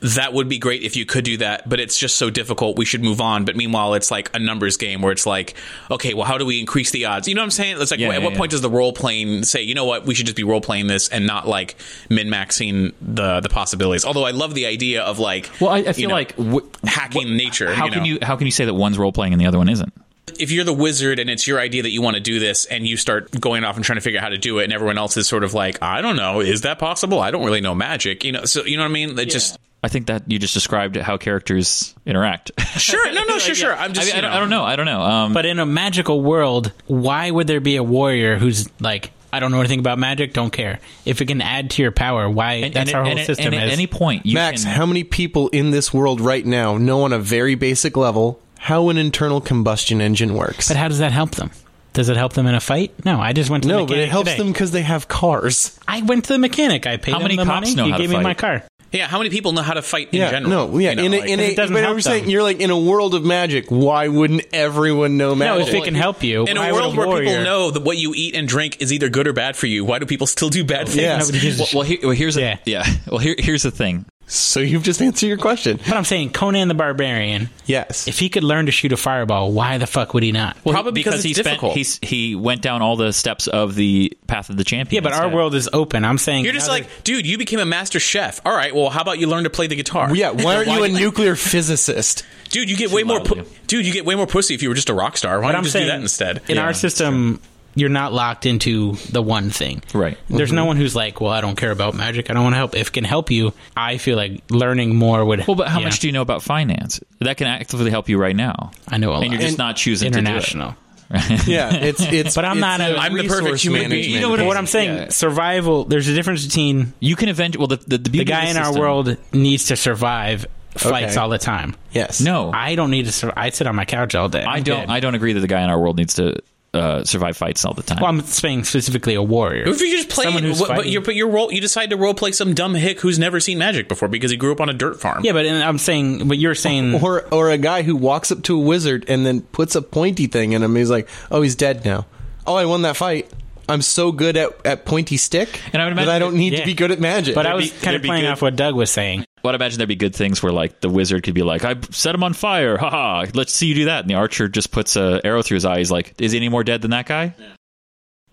Speaker 3: that would be great if you could do that but it's just so difficult we should move on but meanwhile it's like a numbers game where it's like okay well how do we increase the odds you know what I'm saying it's like
Speaker 1: Yeah,
Speaker 3: at
Speaker 1: yeah,
Speaker 3: what
Speaker 1: yeah.
Speaker 3: point does the role playing say you know what we should just be role playing this and not like min maxing the the possibilities although I love the idea of like
Speaker 1: well, I, I feel
Speaker 3: you know,
Speaker 1: like w-
Speaker 3: hacking nature
Speaker 1: How
Speaker 3: you
Speaker 1: can
Speaker 3: know?
Speaker 1: you how can you say that one's role playing and the other one isn't?
Speaker 3: if you're the wizard and it's your idea that you want to do this and you start going off and trying to figure out how to do it and everyone else is sort of like i don't know is that possible i don't really know magic you know so you know what i mean it just
Speaker 1: I think that you just described how characters
Speaker 3: *laughs*
Speaker 1: interact.
Speaker 3: sure no no sure sure
Speaker 1: *laughs*
Speaker 3: i'm
Speaker 1: I,
Speaker 3: just
Speaker 1: mean,
Speaker 3: you
Speaker 1: I, don't, I don't know. I don't know. Um,
Speaker 7: But in a magical world, why would there be a warrior who's like, I don't know anything about magic, don't care. If it can add to your power, why? that's
Speaker 1: and-
Speaker 7: our whole
Speaker 1: and- and-
Speaker 7: system.
Speaker 1: and at
Speaker 7: is.
Speaker 1: any point, you
Speaker 6: Max,
Speaker 1: can,
Speaker 6: how many people in this world right now know on a very basic level how an internal combustion engine works?
Speaker 7: but how does that help them? Does it help them in a fight? No, I just went to the
Speaker 6: no,
Speaker 7: mechanic
Speaker 6: but it helps
Speaker 7: today.
Speaker 6: them because they have cars.
Speaker 7: I went to the mechanic. I paid
Speaker 1: How
Speaker 7: him
Speaker 1: many
Speaker 7: the
Speaker 1: cops
Speaker 7: money.
Speaker 1: know
Speaker 7: he
Speaker 1: how to
Speaker 7: gave me my
Speaker 1: fight?
Speaker 7: car.
Speaker 3: yeah how many people know how to fight in
Speaker 6: yeah,
Speaker 3: general
Speaker 6: no, yeah.
Speaker 3: You know,
Speaker 6: in a,
Speaker 3: like-
Speaker 6: in
Speaker 7: It
Speaker 6: a,
Speaker 7: doesn't
Speaker 6: but
Speaker 7: help
Speaker 6: I'm saying
Speaker 7: them.
Speaker 6: you're like in a world of magic. Why wouldn't everyone know
Speaker 7: No,
Speaker 6: magic?
Speaker 7: if it can help you.
Speaker 3: in
Speaker 7: why
Speaker 3: a
Speaker 7: would
Speaker 3: world where people
Speaker 7: warrior-
Speaker 3: know that what you eat and drink is either good or bad for you why do people still do bad things
Speaker 6: Yeah.
Speaker 7: Nobody gives a
Speaker 1: well, well, here, well, here's a,
Speaker 7: Yeah.
Speaker 1: yeah. Well, here, here's the thing.
Speaker 6: so you've just answered your question.
Speaker 7: But I'm saying Conan the Barbarian,
Speaker 6: Yes.
Speaker 7: if he could learn to shoot a fireball, why the fuck would he not?
Speaker 1: Well,
Speaker 3: Probably because it's
Speaker 1: he
Speaker 3: difficult.
Speaker 1: He's, he went down all the steps of the path of the champion.
Speaker 7: yeah, but our
Speaker 1: instead.
Speaker 7: world is open. I'm saying
Speaker 3: you're just
Speaker 7: now
Speaker 3: like dude you became a master chef all right well how about you learn to play the guitar
Speaker 6: yeah,
Speaker 3: *laughs*
Speaker 6: why aren't you a nuclear physicist?
Speaker 3: dude you get way more
Speaker 1: loudly.
Speaker 3: pu- dude you get way more pussy if you were just a rock star why
Speaker 7: But
Speaker 3: don't
Speaker 7: I'm
Speaker 3: you just
Speaker 7: saying
Speaker 3: do that instead
Speaker 7: In our system, you're not locked into the one thing.
Speaker 1: Right.
Speaker 7: There's no one who's like, well, I don't care about magic. I don't want to help. If it can help you, I feel like learning more would.
Speaker 1: Well, but how
Speaker 7: Yeah.
Speaker 1: much do you know about finance? That can actively help you right now.
Speaker 7: I know a lot.
Speaker 1: and you're just
Speaker 6: And
Speaker 1: not choosing *laughs*
Speaker 7: international.
Speaker 6: Yeah, it's it's.
Speaker 7: But I'm
Speaker 6: it's
Speaker 7: not a-
Speaker 6: a
Speaker 7: I'm
Speaker 3: the perfect
Speaker 6: resource
Speaker 3: human being.
Speaker 6: management.
Speaker 3: You know what
Speaker 7: But what I'm saying,
Speaker 1: Yeah.
Speaker 7: survival. There's a difference between
Speaker 1: To do it. You can eventually. Well, the the, the, beauty
Speaker 7: the
Speaker 1: of
Speaker 7: guy in our
Speaker 1: system-
Speaker 7: world needs to survive, fights
Speaker 6: Okay.
Speaker 7: all the time.
Speaker 6: Yes.
Speaker 1: No, I,
Speaker 7: I don't need to. Sur- I sit on my couch all day. I'm
Speaker 1: don't.
Speaker 7: good.
Speaker 1: I don't agree that the guy in our world needs to uh, survive fights all the time.
Speaker 7: well, I'm saying specifically a warrior.
Speaker 3: If you're just playing,
Speaker 7: Someone who's
Speaker 3: what, but
Speaker 7: fighting.
Speaker 3: you're but you're role, you decide to role play some dumb hick who's never seen magic before because he grew up on a dirt farm.
Speaker 7: Yeah, but and I'm saying, but you're saying,
Speaker 6: *laughs* Or or a guy who walks up to a wizard and then puts a pointy thing in him. He's like, oh, he's dead now. Oh, I won that fight. I'm so good at, at pointy stick
Speaker 1: And I would
Speaker 6: that I
Speaker 1: imagine-
Speaker 6: don't need
Speaker 7: yeah.
Speaker 6: to be good at magic.
Speaker 7: but I
Speaker 1: be-
Speaker 7: was kind
Speaker 1: there'd
Speaker 7: of
Speaker 1: be
Speaker 7: playing
Speaker 1: good-
Speaker 7: off what Doug was saying.
Speaker 1: Well, I'd imagine there'd be good things where like the wizard could be like, "I set him on fire, haha! Let's see you do that." And the archer just puts a arrow through his eye. He's like, "Is he any more dead than that guy?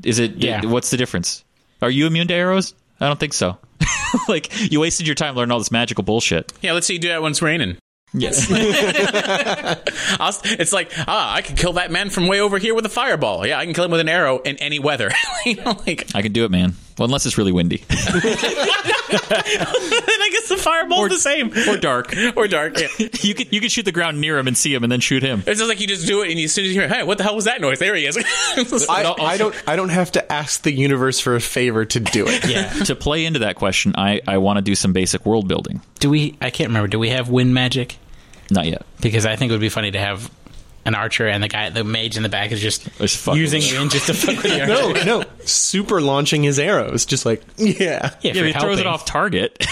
Speaker 1: Is it?
Speaker 7: Yeah.
Speaker 1: what's the difference? Are you immune to arrows? I don't think so. *laughs* like you wasted your time learning all this magical bullshit.
Speaker 3: yeah. Let's see you do that when it's raining.
Speaker 1: Yes,
Speaker 3: I'll, it's like ah, I can kill that man from way over here with a fireball. Yeah, I can kill him with an arrow in any weather. *laughs* you know, like
Speaker 1: *laughs* I can do it, man. Well, unless it's really windy *laughs*
Speaker 3: then I guess the fireball's
Speaker 1: Or-
Speaker 3: the same
Speaker 1: or dark.
Speaker 3: *laughs* or dark. Yeah.
Speaker 1: you could you could shoot the ground near him and see him and then shoot him.
Speaker 7: *laughs*
Speaker 3: It's just like you just do it, and you- as soon as you hear, "Hey, what the hell was that noise?" There he is. *laughs*
Speaker 6: I,
Speaker 1: But also-
Speaker 6: I don't I don't have to ask the universe for a favor to do it.
Speaker 1: to play into that question, I I want to do some basic world building.
Speaker 7: Do we? I can't remember. Do we have wind magic?
Speaker 1: Not yet.
Speaker 7: Because I think it would be funny to have an archer and the guy, the mage in the back, is just
Speaker 1: Just
Speaker 6: *laughs*
Speaker 1: fuck
Speaker 7: using
Speaker 1: with it.
Speaker 7: wind just to fuck with the archer.
Speaker 6: No, no. Super launching his arrows, just like yeah.
Speaker 7: yeah, if
Speaker 1: Yeah,
Speaker 7: you're
Speaker 1: if he throws it
Speaker 7: helping.
Speaker 1: off target. *laughs*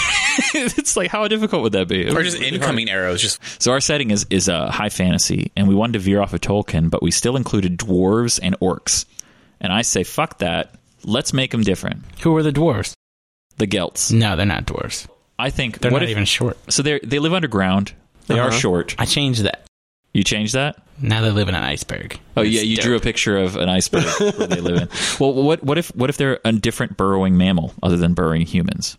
Speaker 1: it's like how difficult would that be?
Speaker 3: or just incoming arrows. Just
Speaker 1: So our setting is is uh, high fantasy, and we wanted to veer off of Tolkien, but we still included dwarves and orcs. And I say, fuck that. Let's make them different.
Speaker 7: Who are the dwarves?
Speaker 1: The Gelts.
Speaker 7: No, they're not dwarves.
Speaker 1: I think.
Speaker 7: Mm. They're
Speaker 1: what
Speaker 7: not
Speaker 1: if-
Speaker 7: even short.
Speaker 1: So they they live underground. They are
Speaker 6: Uh-huh.
Speaker 1: short.
Speaker 7: I changed that.
Speaker 1: You change that?
Speaker 7: Now they live in an iceberg.
Speaker 1: Oh
Speaker 7: It's
Speaker 1: yeah, you
Speaker 7: dope.
Speaker 1: drew a picture of an *laughs* iceberg where they live in. Well, what what if what if they're a different burrowing mammal other than burrowing humans,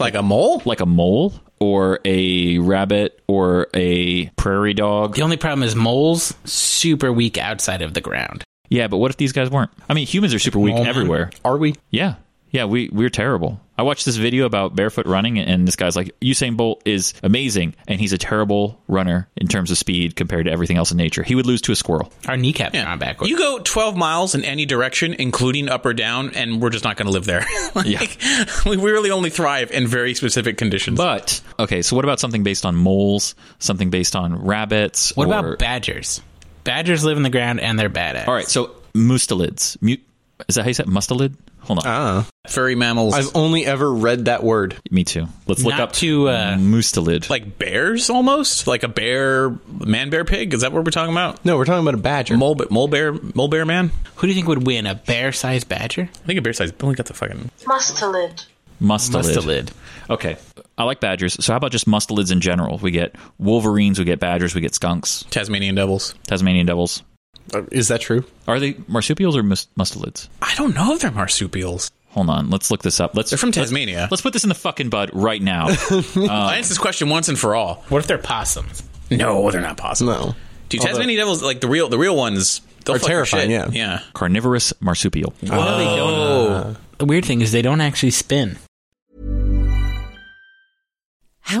Speaker 3: like a mole.
Speaker 1: like a mole or a rabbit or a prairie dog?
Speaker 7: The only problem is moles super weak outside of the ground.
Speaker 1: Yeah, but what if these guys weren't? I mean, humans are super weak
Speaker 7: Mole man.
Speaker 1: everywhere.
Speaker 6: Are we?
Speaker 1: Yeah. Yeah, we, we're terrible. I watched this video about barefoot running, and this guy's like, Usain Bolt is amazing, and he's a terrible runner in terms of speed compared to everything else in nature. He would lose to a squirrel.
Speaker 7: Our kneecaps
Speaker 3: Yeah.
Speaker 7: are backwards.
Speaker 3: You go 12 miles in any direction, including up or down, and we're just not going to live there. *laughs* Like, *laughs* We really only thrive in very specific conditions.
Speaker 1: But, okay, so what about something based on moles, something based on rabbits?
Speaker 7: what
Speaker 1: or-
Speaker 7: about badgers? Badgers live in the ground and they're badass.
Speaker 1: All right, so mustelids. Mu- is that how you said mustelid? Hold on.
Speaker 6: Ah.
Speaker 3: Furry mammals.
Speaker 6: I've only ever read that word.
Speaker 1: Me too. Let's look
Speaker 7: Not
Speaker 1: up
Speaker 7: to, uh,
Speaker 1: mustelid.
Speaker 3: like bears almost? Like a bear, man bear pig? Is that what we're talking about?
Speaker 6: No, we're talking about a badger.
Speaker 3: Mole, mole bear, mole bear man?
Speaker 7: Who do you think would win, a bear-sized badger?
Speaker 3: I think a bear size. Only got the fucking.
Speaker 8: Mustelid.
Speaker 1: mustelid.
Speaker 7: Mustelid.
Speaker 1: Okay, I like badgers. So how about just mustelids in general? We get wolverines, we get badgers, we get skunks,
Speaker 3: Tasmanian devils.
Speaker 1: Tasmanian devils.
Speaker 6: Uh, Is that true?
Speaker 1: Are they marsupials or mus- mustelids?
Speaker 3: I don't know if they're marsupials.
Speaker 1: Hold on, let's look this up. Let's
Speaker 3: They're from
Speaker 1: let's-
Speaker 3: Tasmania.
Speaker 1: Let's, put this in the fucking bud right
Speaker 3: *laughs*
Speaker 1: now. Uh,
Speaker 3: I answered this question once and for all.
Speaker 7: What if they're possums?
Speaker 3: No, they're not possible.
Speaker 6: No.
Speaker 3: Dude, Tasmanian devils, like the real, the real ones, they'll
Speaker 6: Are
Speaker 3: fuck your
Speaker 6: terrifying,
Speaker 3: shit.
Speaker 6: yeah.
Speaker 3: Yeah.
Speaker 1: Carnivorous marsupial.
Speaker 7: Well, they don't. uh,
Speaker 6: Oh.
Speaker 7: The weird thing is they don't actually spin.
Speaker 2: How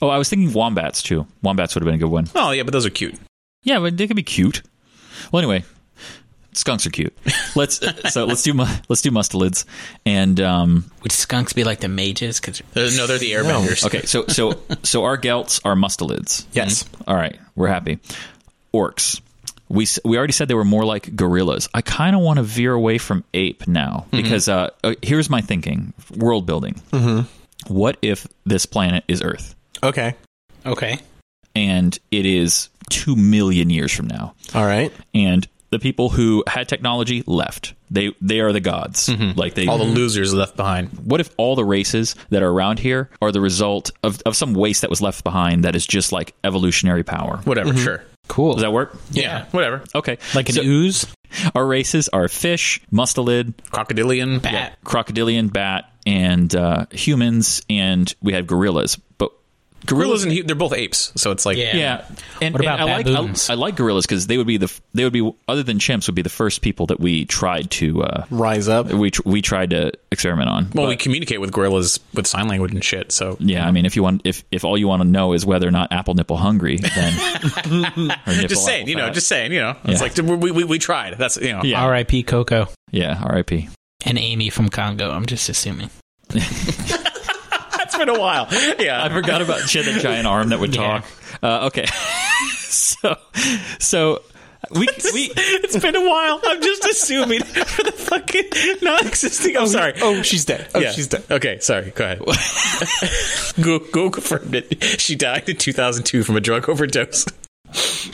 Speaker 1: Oh, I was thinking wombats too. Wombats would have been a good one.
Speaker 3: Oh yeah, but those are cute.
Speaker 1: Yeah, but they could be cute. Well, anyway, skunks are
Speaker 3: *laughs*
Speaker 1: cute. Let's so let's do mu- let's do mustelids and um,
Speaker 7: Would skunks be like the mages? Because
Speaker 3: Uh, No, they're the airbenders.
Speaker 1: okay. So so so our gelts are mustelids.
Speaker 6: Yes.
Speaker 1: All right, we're happy. Orcs. We, s- we already said they were more like gorillas. I kind of want to veer away from ape now because uh, uh, here's my thinking world building. Mm-hmm. What if this planet is Earth
Speaker 6: Okay.
Speaker 7: okay,
Speaker 1: and it is two million years from now?
Speaker 6: All right.
Speaker 1: and the people who had technology left. They they are the gods. Like they
Speaker 3: All
Speaker 7: Mm-hmm.
Speaker 3: the losers left behind.
Speaker 1: what if all the races that are around here are the result of, of some waste that was left behind that is just like evolutionary power?
Speaker 6: Mm-hmm.
Speaker 3: Whatever, sure.
Speaker 6: Cool.
Speaker 1: Does that work?
Speaker 3: Yeah, whatever. Oh,
Speaker 1: Okay.
Speaker 7: like an
Speaker 1: So
Speaker 7: ooze,
Speaker 1: our races are fish, mustelid,
Speaker 3: Crocodilian.
Speaker 7: bat,
Speaker 1: crocodilian, bat, and uh, humans, and we had gorillas. But
Speaker 3: Gorillas and hu- they're both apes, so it's like
Speaker 7: Yeah.
Speaker 1: Yeah, and,
Speaker 7: What about
Speaker 1: and I like
Speaker 7: baboons?
Speaker 1: I, I like gorillas because they would be the f- they would be other than chimps would be the first people that we tried to uh,
Speaker 6: Rise up.
Speaker 1: we tr- we tried to experiment on.
Speaker 3: Well, we communicate with gorillas with sign language and shit. So
Speaker 1: Yeah, I mean, if you want, if if all you want to know is whether or not apple nipple hungry,
Speaker 3: *laughs*
Speaker 1: then or nipple
Speaker 3: just saying,
Speaker 1: apple
Speaker 3: you know,
Speaker 1: fat.
Speaker 3: just saying, you know, it's
Speaker 1: Yeah.
Speaker 3: like we, we, we tried. That's you *laughs* know,
Speaker 1: yeah,
Speaker 7: R.I.P. Coco
Speaker 1: yeah, R.I.P.
Speaker 7: and Amy from Congo. I'm just assuming.
Speaker 3: that's been a while. Yeah,
Speaker 1: I forgot about she had that giant arm that would
Speaker 7: Yeah.
Speaker 1: talk. Uh, okay, *laughs* so so we we
Speaker 3: *laughs* it's been a while. I'm just assuming *laughs* for the fucking non-existing. I'm sorry.
Speaker 6: Oh, she's dead. Oh,
Speaker 3: Yeah.
Speaker 6: she's dead.
Speaker 3: Okay, sorry. Go ahead.
Speaker 6: *laughs*
Speaker 3: go go confirmed it. She died in 2002 from a drug overdose.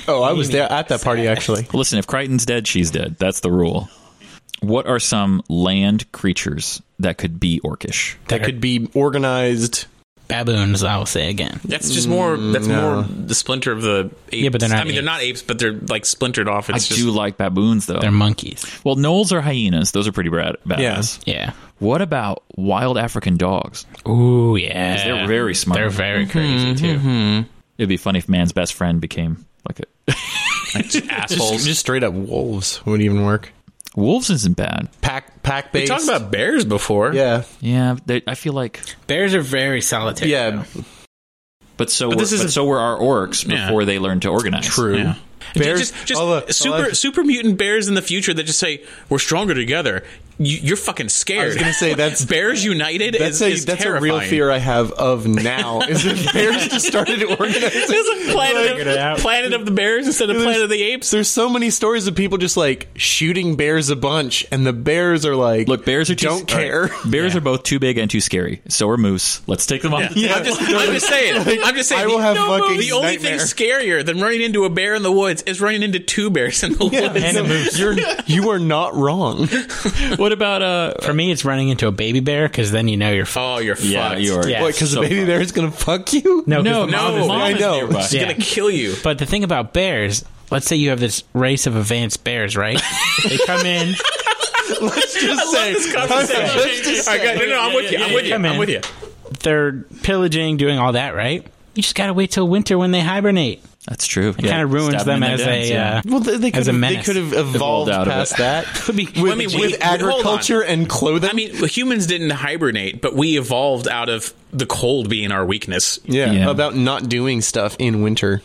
Speaker 6: Oh, I was there at that party actually.
Speaker 1: listen. If Crichton's dead, she's dead. That's the rule. What are some land creatures that could be orcish?
Speaker 6: That could be organized.
Speaker 7: Baboons, I will say again.
Speaker 3: That's just more. That's
Speaker 6: Mm, no.
Speaker 3: more the splinter of the. apes.
Speaker 7: Yeah, but they're not
Speaker 3: I mean, they're not apes, but they're like splintered off.
Speaker 1: I
Speaker 3: It's just,
Speaker 1: do like baboons though.
Speaker 7: They're monkeys.
Speaker 1: well, gnolls are hyenas. Those are pretty bad. Badass.
Speaker 6: Yeah.
Speaker 7: Yeah.
Speaker 1: What about wild African dogs?
Speaker 7: Ooh, yeah.
Speaker 1: 'Cause they're very smart.
Speaker 7: They're very crazy too.
Speaker 1: mm-hmm. It'd be funny if man's best friend became like a *laughs*
Speaker 6: Just, just straight up wolves would even work.
Speaker 1: wolves isn't bad.
Speaker 6: Pack pack
Speaker 3: We
Speaker 6: based.
Speaker 3: talked about bears before.
Speaker 6: yeah
Speaker 1: Yeah, but they, I feel like.
Speaker 7: Bears are very solitary.
Speaker 6: yeah
Speaker 1: But so
Speaker 3: But
Speaker 1: were,
Speaker 3: this isn't-
Speaker 1: but so were our orcs
Speaker 3: Yeah.
Speaker 1: before they learned to organize.
Speaker 6: true.
Speaker 3: Yeah.
Speaker 6: Bears.
Speaker 3: just, just
Speaker 6: all the-
Speaker 3: super
Speaker 6: all the-
Speaker 3: super mutant bears in the future that just say we're stronger together. You, you're fucking scared.
Speaker 6: I was gonna say, that's-
Speaker 3: bears united.
Speaker 6: That's,
Speaker 3: is,
Speaker 6: a,
Speaker 3: is
Speaker 6: that's a
Speaker 3: terrifying.
Speaker 6: real
Speaker 3: *laughs*
Speaker 6: fear I have of now. Is if bears just started
Speaker 3: It's
Speaker 6: organizing?
Speaker 3: like planet,
Speaker 6: Like,
Speaker 3: of, planet of the bears instead of planet of the apes.
Speaker 6: There's so many stories of people just like shooting bears a bunch, and the bears are like,
Speaker 1: Look, bears are too,
Speaker 6: don't
Speaker 1: all
Speaker 6: care.
Speaker 1: right. *laughs* Bears are both too big and too scary. So are moose. Let's take them off. the
Speaker 6: *laughs*
Speaker 1: *laughs*
Speaker 3: I'm just, I'm just saying. I'm just saying.
Speaker 6: I will
Speaker 3: the-
Speaker 6: have
Speaker 3: no,
Speaker 6: fucking
Speaker 3: the only
Speaker 6: nightmare.
Speaker 3: thing scarier than running into a bear in the woods is running into two bears in the woods.
Speaker 6: No, You're, you are not *laughs* wrong.
Speaker 1: What about uh?
Speaker 7: For me, it's running into a baby bear because then you know you're. F-
Speaker 3: *laughs* Oh, you're
Speaker 1: Yeah,
Speaker 3: fucked.
Speaker 1: you are.
Speaker 7: Yeah.
Speaker 6: What? Because
Speaker 1: So
Speaker 6: the baby
Speaker 1: fun.
Speaker 6: bear is gonna fuck you?
Speaker 7: no, 'cause
Speaker 1: No,
Speaker 7: the mom
Speaker 3: no,
Speaker 7: is
Speaker 3: mom
Speaker 7: there.
Speaker 6: I
Speaker 3: is
Speaker 6: know.
Speaker 3: nearby. She's
Speaker 7: Yeah.
Speaker 3: gonna kill you.
Speaker 7: But the thing about bears, let's say you have this race of advanced bears,
Speaker 6: *laughs*
Speaker 7: right? they come in.
Speaker 3: *laughs*
Speaker 6: Let's just
Speaker 3: I
Speaker 6: say
Speaker 3: love this conversation.
Speaker 6: Let's just
Speaker 3: All right,
Speaker 6: say-
Speaker 3: good. No, no, I'm with you. I'm with you.
Speaker 7: Come
Speaker 3: I'm
Speaker 7: in.
Speaker 3: with you.
Speaker 7: They're pillaging, doing all that, right? You just gotta wait till winter when they hibernate.
Speaker 1: That's true.
Speaker 7: It kind of ruins them as a. Uh,
Speaker 6: Well, they, they could
Speaker 7: As a
Speaker 6: have, they
Speaker 7: menace.
Speaker 6: could have
Speaker 1: Evolved
Speaker 6: evolved
Speaker 1: out of it.
Speaker 6: past that.
Speaker 7: *laughs* Could be-
Speaker 6: with,
Speaker 7: Well, I
Speaker 3: mean, we-
Speaker 6: with
Speaker 3: hold on.
Speaker 6: agriculture and clothing.
Speaker 3: I mean, humans didn't hibernate, but we evolved out of the cold being our weakness.
Speaker 6: yeah,
Speaker 1: *laughs* Yeah.
Speaker 6: about not doing stuff in winter.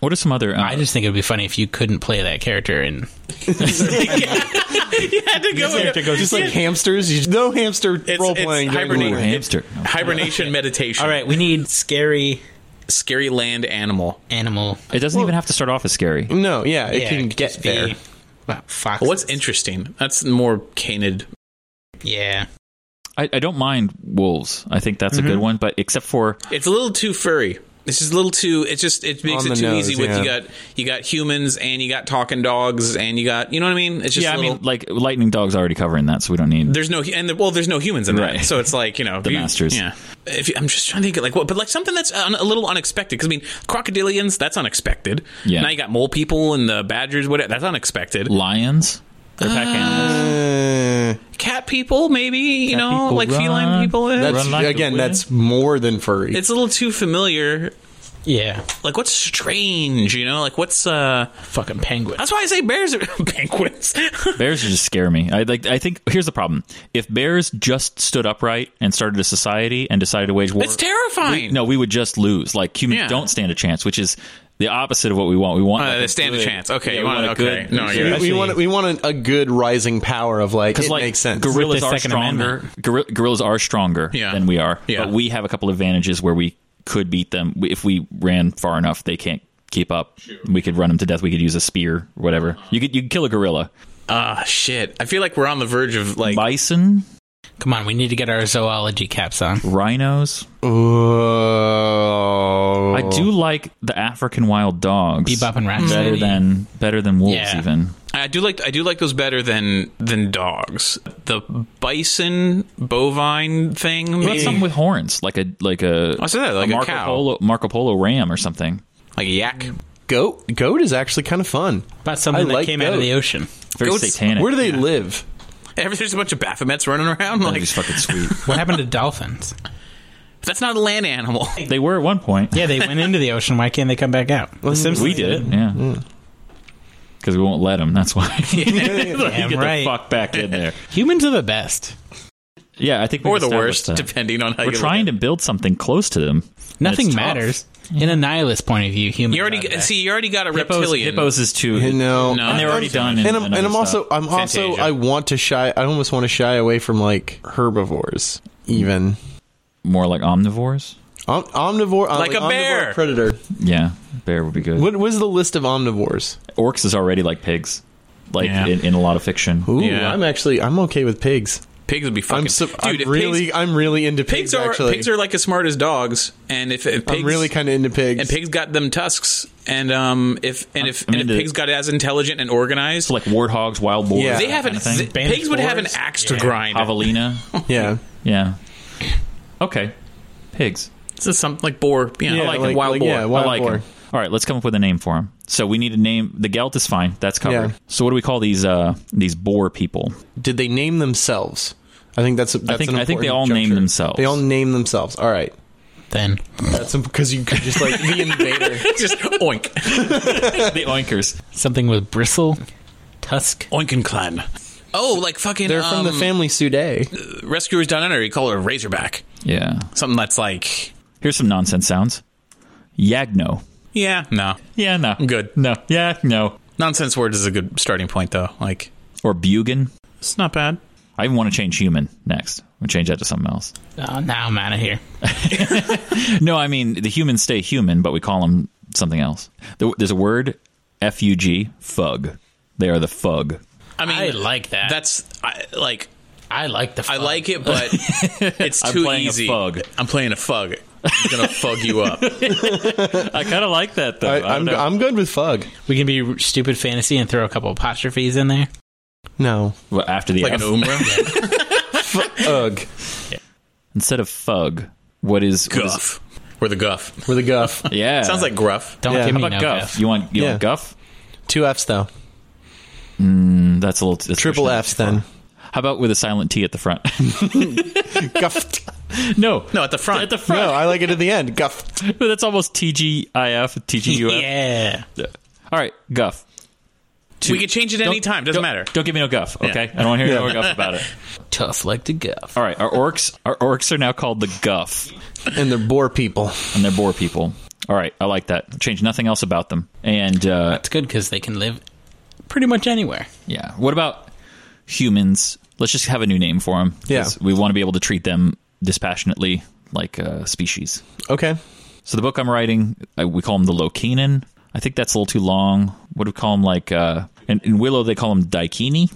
Speaker 1: what are some other? Uh,
Speaker 7: I just think it would be funny if you couldn't play that character and
Speaker 3: you had to go. with it.
Speaker 6: Just like hamsters, you, no hamster
Speaker 3: It's-
Speaker 6: role
Speaker 3: it's
Speaker 6: playing. during
Speaker 3: hibernate-
Speaker 1: Ooh,
Speaker 6: winter.
Speaker 1: hamster.
Speaker 3: *laughs* hibernation meditation.
Speaker 7: All right, we need scary
Speaker 3: scary land animal.
Speaker 7: animal.
Speaker 1: It doesn't even have to start off as scary.
Speaker 6: No, yeah, it
Speaker 7: Yeah,
Speaker 6: can
Speaker 7: could
Speaker 6: get
Speaker 7: just be-
Speaker 6: there.
Speaker 7: Well, fox.
Speaker 3: Well, what's interesting? That's more canid.
Speaker 7: Yeah.
Speaker 1: I, I don't mind wolves. I think that's a
Speaker 3: Mm-hmm.
Speaker 1: good one, but except for
Speaker 3: It's a little too furry. It's just a little too. It's just it makes
Speaker 6: On
Speaker 3: it
Speaker 6: the
Speaker 3: too
Speaker 6: nose,
Speaker 3: easy with you
Speaker 6: yeah.
Speaker 3: got you got humans and you got talking dogs and you got you know what I mean. It's just
Speaker 1: yeah,
Speaker 3: a little,
Speaker 1: I mean, like lightning dogs already covering that, so we don't need.
Speaker 3: there's no and the, well, there's no humans in
Speaker 1: Right.
Speaker 3: that, so it's like you know
Speaker 1: The
Speaker 3: you-
Speaker 1: masters.
Speaker 3: Yeah, if you, I'm just trying to think of like what, but like something that's un, a little unexpected because I mean crocodilians that's unexpected.
Speaker 1: Yeah.
Speaker 3: now you got mole people and the badgers. Whatever that's unexpected.
Speaker 1: lions. They're pack animals.
Speaker 6: Uh,
Speaker 3: Cat people maybe you
Speaker 1: Cat
Speaker 3: know
Speaker 1: people
Speaker 3: like
Speaker 1: run.
Speaker 3: feline people. eh?
Speaker 6: that's
Speaker 1: like the
Speaker 6: again,
Speaker 1: wind.
Speaker 6: that's more than furry.
Speaker 3: it's a little too familiar.
Speaker 7: Yeah.
Speaker 3: Like what's strange, you know? Like what's uh
Speaker 7: fucking penguins.
Speaker 3: That's why I say bears are *laughs* penguins.
Speaker 1: bears just scare me. I like. I think here's the problem: if bears just stood upright and started a society and decided to wage war,
Speaker 3: It's terrifying.
Speaker 1: we- no, we would just lose. Like humans
Speaker 3: Yeah.
Speaker 1: don't stand a chance, which is the opposite of what we want. We want
Speaker 3: Uh,
Speaker 1: like,
Speaker 3: they stand
Speaker 1: good-
Speaker 3: a chance. Okay,
Speaker 1: Yeah,
Speaker 3: you
Speaker 1: we
Speaker 3: want,
Speaker 1: want a
Speaker 3: okay.
Speaker 1: good-
Speaker 3: no, you're
Speaker 6: We-
Speaker 3: right.
Speaker 6: we want we want a, a good rising power of like it
Speaker 1: Because like
Speaker 6: makes sense.
Speaker 7: With
Speaker 1: gorillas
Speaker 7: the
Speaker 1: are
Speaker 7: Second
Speaker 1: stronger. Gorilla, gorillas are stronger
Speaker 3: Yeah.
Speaker 1: than we are.
Speaker 3: Yeah.
Speaker 1: But we have a couple advantages where we could beat them We- if we ran far enough. They can't keep up. We could run them to death. We could use a spear, whatever. You could you could kill a gorilla.
Speaker 3: Ah, shit. I feel like we're on the verge of like
Speaker 1: Bison,
Speaker 7: Come on, we need to get our zoology caps on.
Speaker 1: rhinos.
Speaker 3: Uh,
Speaker 6: Oh.
Speaker 1: I do like the African wild dogs.
Speaker 7: Bebop and Rocksteady.
Speaker 1: better than better than wolves
Speaker 7: Yeah.
Speaker 1: even.
Speaker 3: I do like I do like those better than than dogs. The bison bovine thing.
Speaker 1: What
Speaker 3: Maybe.
Speaker 1: about something with horns, like a like a
Speaker 3: I said that, like a
Speaker 1: Marco
Speaker 3: cow.
Speaker 1: Polo Marco Polo ram or something.
Speaker 3: like a yak.
Speaker 6: goat. Goat oh, is actually kind of fun.
Speaker 7: About something
Speaker 6: I
Speaker 7: that
Speaker 6: like
Speaker 7: came out of
Speaker 6: goat.
Speaker 7: the ocean.
Speaker 1: Very
Speaker 3: Goats-
Speaker 1: satanic.
Speaker 6: Where do they live?
Speaker 3: *laughs* Every- There's a bunch of baphomets running around.
Speaker 1: That'd
Speaker 3: *laughs* Like
Speaker 1: be fucking
Speaker 3: *laughs*
Speaker 1: sweet.
Speaker 7: What happened to dolphins?
Speaker 3: that's not a land
Speaker 6: *laughs*
Speaker 3: animal.
Speaker 1: they were at one point.
Speaker 7: Yeah, they went into the ocean. Why can't they come back out? The Simpsons
Speaker 1: we did. Yeah. Because we won't let them. That's
Speaker 7: *laughs*
Speaker 1: why.
Speaker 7: Damn
Speaker 1: *laughs* get
Speaker 7: right.
Speaker 1: the *laughs* fuck back in there.
Speaker 7: Humans are the best.
Speaker 1: Yeah, I think we
Speaker 3: or the
Speaker 1: established
Speaker 3: worst,
Speaker 1: that.
Speaker 3: depending on how
Speaker 1: We're
Speaker 3: you
Speaker 1: trying
Speaker 3: look
Speaker 1: to build something close to them. and
Speaker 7: Nothing
Speaker 1: it's tough.
Speaker 7: matters. In a nihilist point of view,
Speaker 3: at it.
Speaker 7: humans.
Speaker 3: You already
Speaker 7: are the
Speaker 3: g-
Speaker 7: best.
Speaker 3: see. You already got a
Speaker 1: Hippos,
Speaker 3: reptilian.
Speaker 1: hippos is too.
Speaker 6: You know,
Speaker 3: No.
Speaker 1: and they're already done. in-
Speaker 6: and I'm, and
Speaker 1: in other
Speaker 6: I'm also
Speaker 1: stuff.
Speaker 6: I'm also
Speaker 3: Fantasia.
Speaker 6: I want to shy. I almost want to shy away from like herbivores. Even
Speaker 1: more like omnivores.
Speaker 6: Om- omnivore, uh,
Speaker 3: Like a
Speaker 6: omnivore
Speaker 3: bear.
Speaker 6: predator.
Speaker 1: Yeah, bear would be good.
Speaker 6: What was the list of omnivores?
Speaker 1: Orcs is already like pigs, like
Speaker 3: Yeah.
Speaker 1: in, in a lot of fiction.
Speaker 6: Ooh,
Speaker 3: Yeah.
Speaker 6: I'm actually I'm okay with pigs.
Speaker 3: pigs would be fucking.
Speaker 6: I'm so,
Speaker 3: dude,
Speaker 6: I'm
Speaker 3: if
Speaker 6: really
Speaker 3: pigs,
Speaker 6: I'm really into pigs.
Speaker 3: pigs are
Speaker 6: actually,
Speaker 3: pigs are like as smart as dogs, and if, if pigs
Speaker 6: I'm really kind of into pigs.
Speaker 3: and pigs got them tusks, and um if and if
Speaker 1: I'm
Speaker 3: and
Speaker 1: into-
Speaker 3: if pigs got as intelligent and organized,
Speaker 1: So like warthogs, wild boars.
Speaker 6: Yeah.
Speaker 3: they
Speaker 1: that
Speaker 3: have an
Speaker 1: kind of thing.
Speaker 3: th- pigs would have an
Speaker 7: Spores?
Speaker 3: axe
Speaker 7: Yeah.
Speaker 3: to grind.
Speaker 1: javelina.
Speaker 6: *laughs*
Speaker 3: *laughs*
Speaker 6: yeah.
Speaker 1: yeah. Okay, pigs.
Speaker 3: This is something like boar. Yeah,
Speaker 6: Yeah,
Speaker 3: like,
Speaker 6: like-
Speaker 3: wild
Speaker 6: like-
Speaker 3: boar.
Speaker 6: yeah, wild
Speaker 1: I like
Speaker 6: boar.
Speaker 1: him. All right, let's come up with a name for him. So we need a name. The gelt is fine. That's covered.
Speaker 6: Yeah.
Speaker 1: So what do we call these uh these boar people?
Speaker 6: Did they name themselves? I think that's. that's
Speaker 1: think-
Speaker 6: an
Speaker 1: I think they
Speaker 6: important
Speaker 1: all name
Speaker 6: juncture.
Speaker 1: themselves.
Speaker 6: They all name themselves. All right.
Speaker 7: Then
Speaker 6: That's because you could just like the
Speaker 1: *laughs*
Speaker 6: invader.
Speaker 3: Just oink,
Speaker 1: *laughs* the oinkers.
Speaker 7: something with bristle, tusk.
Speaker 3: oinkin clan. Oh, like fucking.
Speaker 6: They're from the
Speaker 3: um,
Speaker 6: family Sude.
Speaker 3: Rescuers Down Under. You call her a Razorback.
Speaker 1: Yeah.
Speaker 3: Something that's like,
Speaker 1: Here's some nonsense sounds. Yagno.
Speaker 3: yeah, no.
Speaker 1: Yeah, no.
Speaker 3: Good.
Speaker 1: No. Yeah, no.
Speaker 3: Nonsense word is a good starting point, though. Like,
Speaker 1: Or Bugan.
Speaker 3: it's not bad.
Speaker 1: I even want to change human next. I'm gonna change that to something else.
Speaker 7: Oh, now I'm out of here.
Speaker 1: No, I mean the humans stay human, but we call them something else. There- There's a word, F U G, fug. They are the fug.
Speaker 3: I mean,
Speaker 7: I like that.
Speaker 3: That's I, like,
Speaker 7: I like the.
Speaker 3: I like
Speaker 1: *laughs*
Speaker 3: it, but it's
Speaker 1: I'm
Speaker 3: too
Speaker 1: playing a
Speaker 3: easy.
Speaker 1: fug.
Speaker 3: I'm playing a fug. I'm gonna fug you
Speaker 1: *laughs*
Speaker 3: up.
Speaker 1: I kind of like that though.
Speaker 6: I, I'm I'm good with fug.
Speaker 7: We can be stupid fantasy and throw a couple apostrophes in there.
Speaker 6: No,
Speaker 1: Well, after the
Speaker 3: Like
Speaker 1: F.
Speaker 3: an Umbra.
Speaker 6: ugh.
Speaker 1: instead of fug, what is what is-
Speaker 3: guff. We're the guff.
Speaker 6: With a guff.
Speaker 1: yeah,
Speaker 3: Sounds like gruff.
Speaker 7: Don't
Speaker 6: Yeah.
Speaker 7: give
Speaker 6: How
Speaker 7: me
Speaker 1: How about
Speaker 7: no
Speaker 1: guff?
Speaker 7: guff.
Speaker 1: You want you
Speaker 6: Yeah.
Speaker 1: want guff?
Speaker 6: Two F's though.
Speaker 1: Mm, That's a little that's
Speaker 6: Triple
Speaker 1: pushing it.
Speaker 6: F's then.
Speaker 1: How about with a silent T at the front? *laughs*
Speaker 6: Guffed.
Speaker 1: no,
Speaker 3: *laughs* No, at the front.
Speaker 1: at the front.
Speaker 6: No, I like it at the end. Guffed.
Speaker 1: But that's almost TGIF, TGUF.
Speaker 6: *laughs*
Speaker 7: Yeah.
Speaker 1: All right, guff.
Speaker 3: we could change it
Speaker 1: Don't-
Speaker 3: any time. Doesn't
Speaker 1: don't-
Speaker 3: matter.
Speaker 1: Don't give me no guff, okay? I don't want to
Speaker 3: *laughs*
Speaker 1: hear no more guff about it.
Speaker 7: Tough like the guff.
Speaker 1: All right, our orcs, our orcs are now called the guff,
Speaker 6: And they're boar people.
Speaker 1: and they're boar people. All right, I like that. Change nothing else about them. And uh,
Speaker 7: That's good because they can live pretty much anywhere.
Speaker 1: Yeah. What about humans? Let's just have a new name for them.
Speaker 6: Yeah.
Speaker 1: We want to be able to treat them dispassionately like a species.
Speaker 6: Okay.
Speaker 1: So the book I'm writing, I, we call them the Lokenan. I think that's a little too long. What do we call them? Like uh, in, in Willow, they call them Daikini.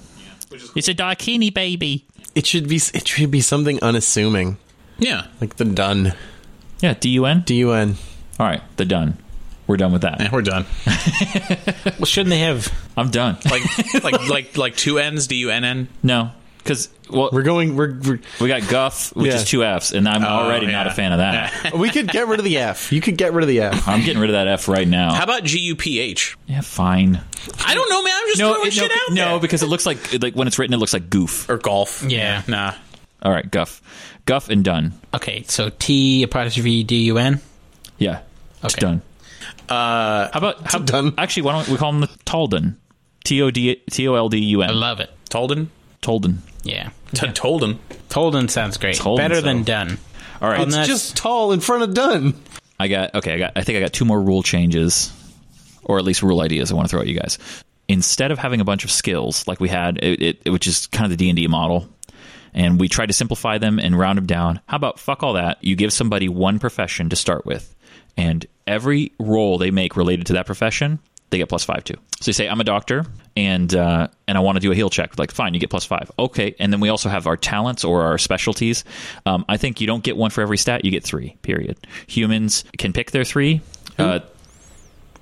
Speaker 1: It's a Daikini baby.
Speaker 6: It should be it should be something unassuming.
Speaker 3: Yeah.
Speaker 6: Like the dun.
Speaker 1: Yeah, D U N.
Speaker 6: D U N.
Speaker 1: All right, they're done. We're done with
Speaker 3: Eh,
Speaker 1: that.
Speaker 6: *laughs*
Speaker 3: we're done.
Speaker 7: Well, shouldn't they have?
Speaker 1: I'm done.
Speaker 3: Like, like, like, like two N's. D U N N.
Speaker 1: No, because well,
Speaker 6: We're going we're, we're
Speaker 1: we got Guff, which
Speaker 6: Yeah.
Speaker 1: is two Fs, and I'm already not a
Speaker 3: yeah.
Speaker 1: fan of that. *laughs*
Speaker 6: we could get rid of the F. You could get rid of the F.
Speaker 1: I'm getting rid of that F right now.
Speaker 3: How about G U P H?
Speaker 1: yeah, fine.
Speaker 3: I don't know, man. I'm just throwing
Speaker 1: it-
Speaker 3: shit out
Speaker 1: no,
Speaker 3: there.
Speaker 1: because it looks like like when it's written, it looks like goof.
Speaker 3: or golf.
Speaker 7: Yeah.
Speaker 3: Nah.
Speaker 1: All right, guff, guff and done.
Speaker 7: Okay, so T apostrophe D U N.
Speaker 1: Yeah,
Speaker 7: Okay.
Speaker 1: Done. Uh, how about how, done? Actually, why don't we call him the Talden? T o d t o l d u n.
Speaker 7: I love it.
Speaker 3: Tolden?
Speaker 1: Tolden.
Speaker 7: Yeah.
Speaker 3: T- Tolden.
Speaker 7: Tolden sounds great.
Speaker 1: Tolden
Speaker 7: Better than
Speaker 1: sounds-
Speaker 7: done.
Speaker 1: All right.
Speaker 7: It's
Speaker 6: It's
Speaker 7: That's-
Speaker 6: just tall in front of done.
Speaker 1: I got okay. I got. I think I got two more rule changes, or at least rule ideas I want to throw at you guys. Instead of having a bunch of skills like we had, it, it, it- which is kind of the D and D model, and we tried to simplify them and round them down. How about fuck all that? You give somebody one profession to start with, and every role they make related to that profession, they get plus five to. So you say, I'm a doctor, and uh, and I want to do a heal check. Like, fine, you get plus five. Okay, and then we also have our talents or our specialties. Um, I think you don't get one for every stat; you get three. Period. Humans can pick their three. Uh,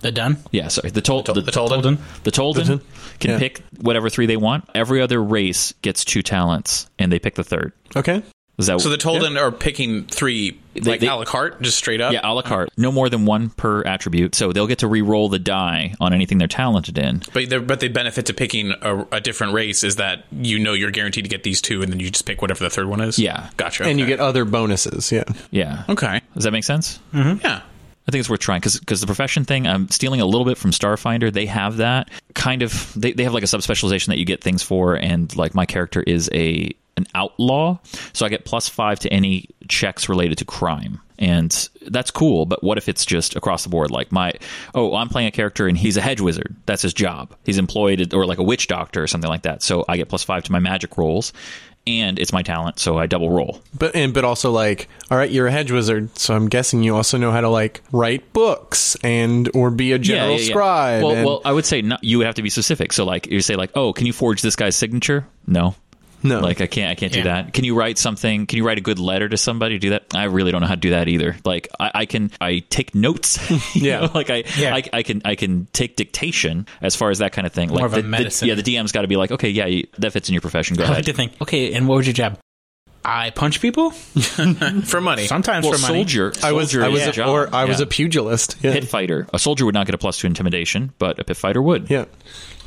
Speaker 7: The done?
Speaker 1: yeah, sorry. The, tol- the,
Speaker 3: the Tolden.
Speaker 1: The Tolden
Speaker 6: Tolden.
Speaker 1: can
Speaker 6: Yeah.
Speaker 1: pick whatever three they want. Every other race gets two talents, and they pick the third.
Speaker 6: Okay.
Speaker 1: Is that
Speaker 3: So the Tolden are picking three,
Speaker 1: They-
Speaker 3: like
Speaker 1: they-
Speaker 3: a la carte, just straight up?
Speaker 1: Yeah, a la carte. No more than one per attribute. So they'll get to re-roll the die on anything they're talented in.
Speaker 3: But the, but the benefit to picking a, a different race is that you know you're guaranteed to get these two, and then you just pick whatever the third one is.
Speaker 1: Yeah.
Speaker 3: gotcha.
Speaker 6: And you
Speaker 3: okay.
Speaker 6: get other bonuses. Yeah.
Speaker 1: Yeah.
Speaker 3: okay,
Speaker 1: Does that make sense?
Speaker 3: yeah.
Speaker 1: I think it's worth trying because the profession thing, I'm stealing a little bit from Starfinder. They have that kind of, they, they have like a subspecialization that you get things for. And like my character is a an outlaw. So I get plus five to any checks related to crime. And that's cool. But what if it's just across the board? Like my, oh, I'm playing a character and he's a hedge wizard. That's his job. He's employed at- or like a witch doctor or something like that. So I get plus five to my magic rolls. And it's my talent, so I double roll.
Speaker 6: But and but also like, all right, you're a hedge wizard, so I'm guessing you also know how to like write books and or be a general scribe.
Speaker 1: Well,
Speaker 6: and-
Speaker 1: well, I would say not, you would have to be specific. So, like, you say, like, oh, can you forge this guy's signature? No,
Speaker 6: No.
Speaker 1: Like, I can't. I can't do
Speaker 7: Yeah.
Speaker 1: that. Can you write something? Can you write a good letter to somebody? Do that? I really don't know how to do that either. Like, I, I can. I take notes. *laughs* you
Speaker 6: *laughs* Yeah.
Speaker 1: know? Like, I,
Speaker 7: Yeah.
Speaker 1: I, I can. I can take dictation as far as that kind of thing. like,
Speaker 7: of a
Speaker 1: the,
Speaker 7: medicine.
Speaker 1: The, yeah, the DM's got to be like, okay, yeah, you, that fits in your
Speaker 7: *laughs*
Speaker 1: profession. Go
Speaker 7: I like
Speaker 1: ahead.
Speaker 7: to think, okay, and what was your job? I punch people?
Speaker 3: For money,
Speaker 7: Sometimes
Speaker 1: well,
Speaker 7: for money.
Speaker 1: soldier.
Speaker 6: I was
Speaker 1: soldier
Speaker 6: I was
Speaker 1: is a
Speaker 6: a,
Speaker 1: job.
Speaker 6: or I was
Speaker 1: Yeah.
Speaker 6: a pugilist. Yeah.
Speaker 1: pit fighter. A soldier would not get a plus to intimidation, but a pit fighter would.
Speaker 6: yeah.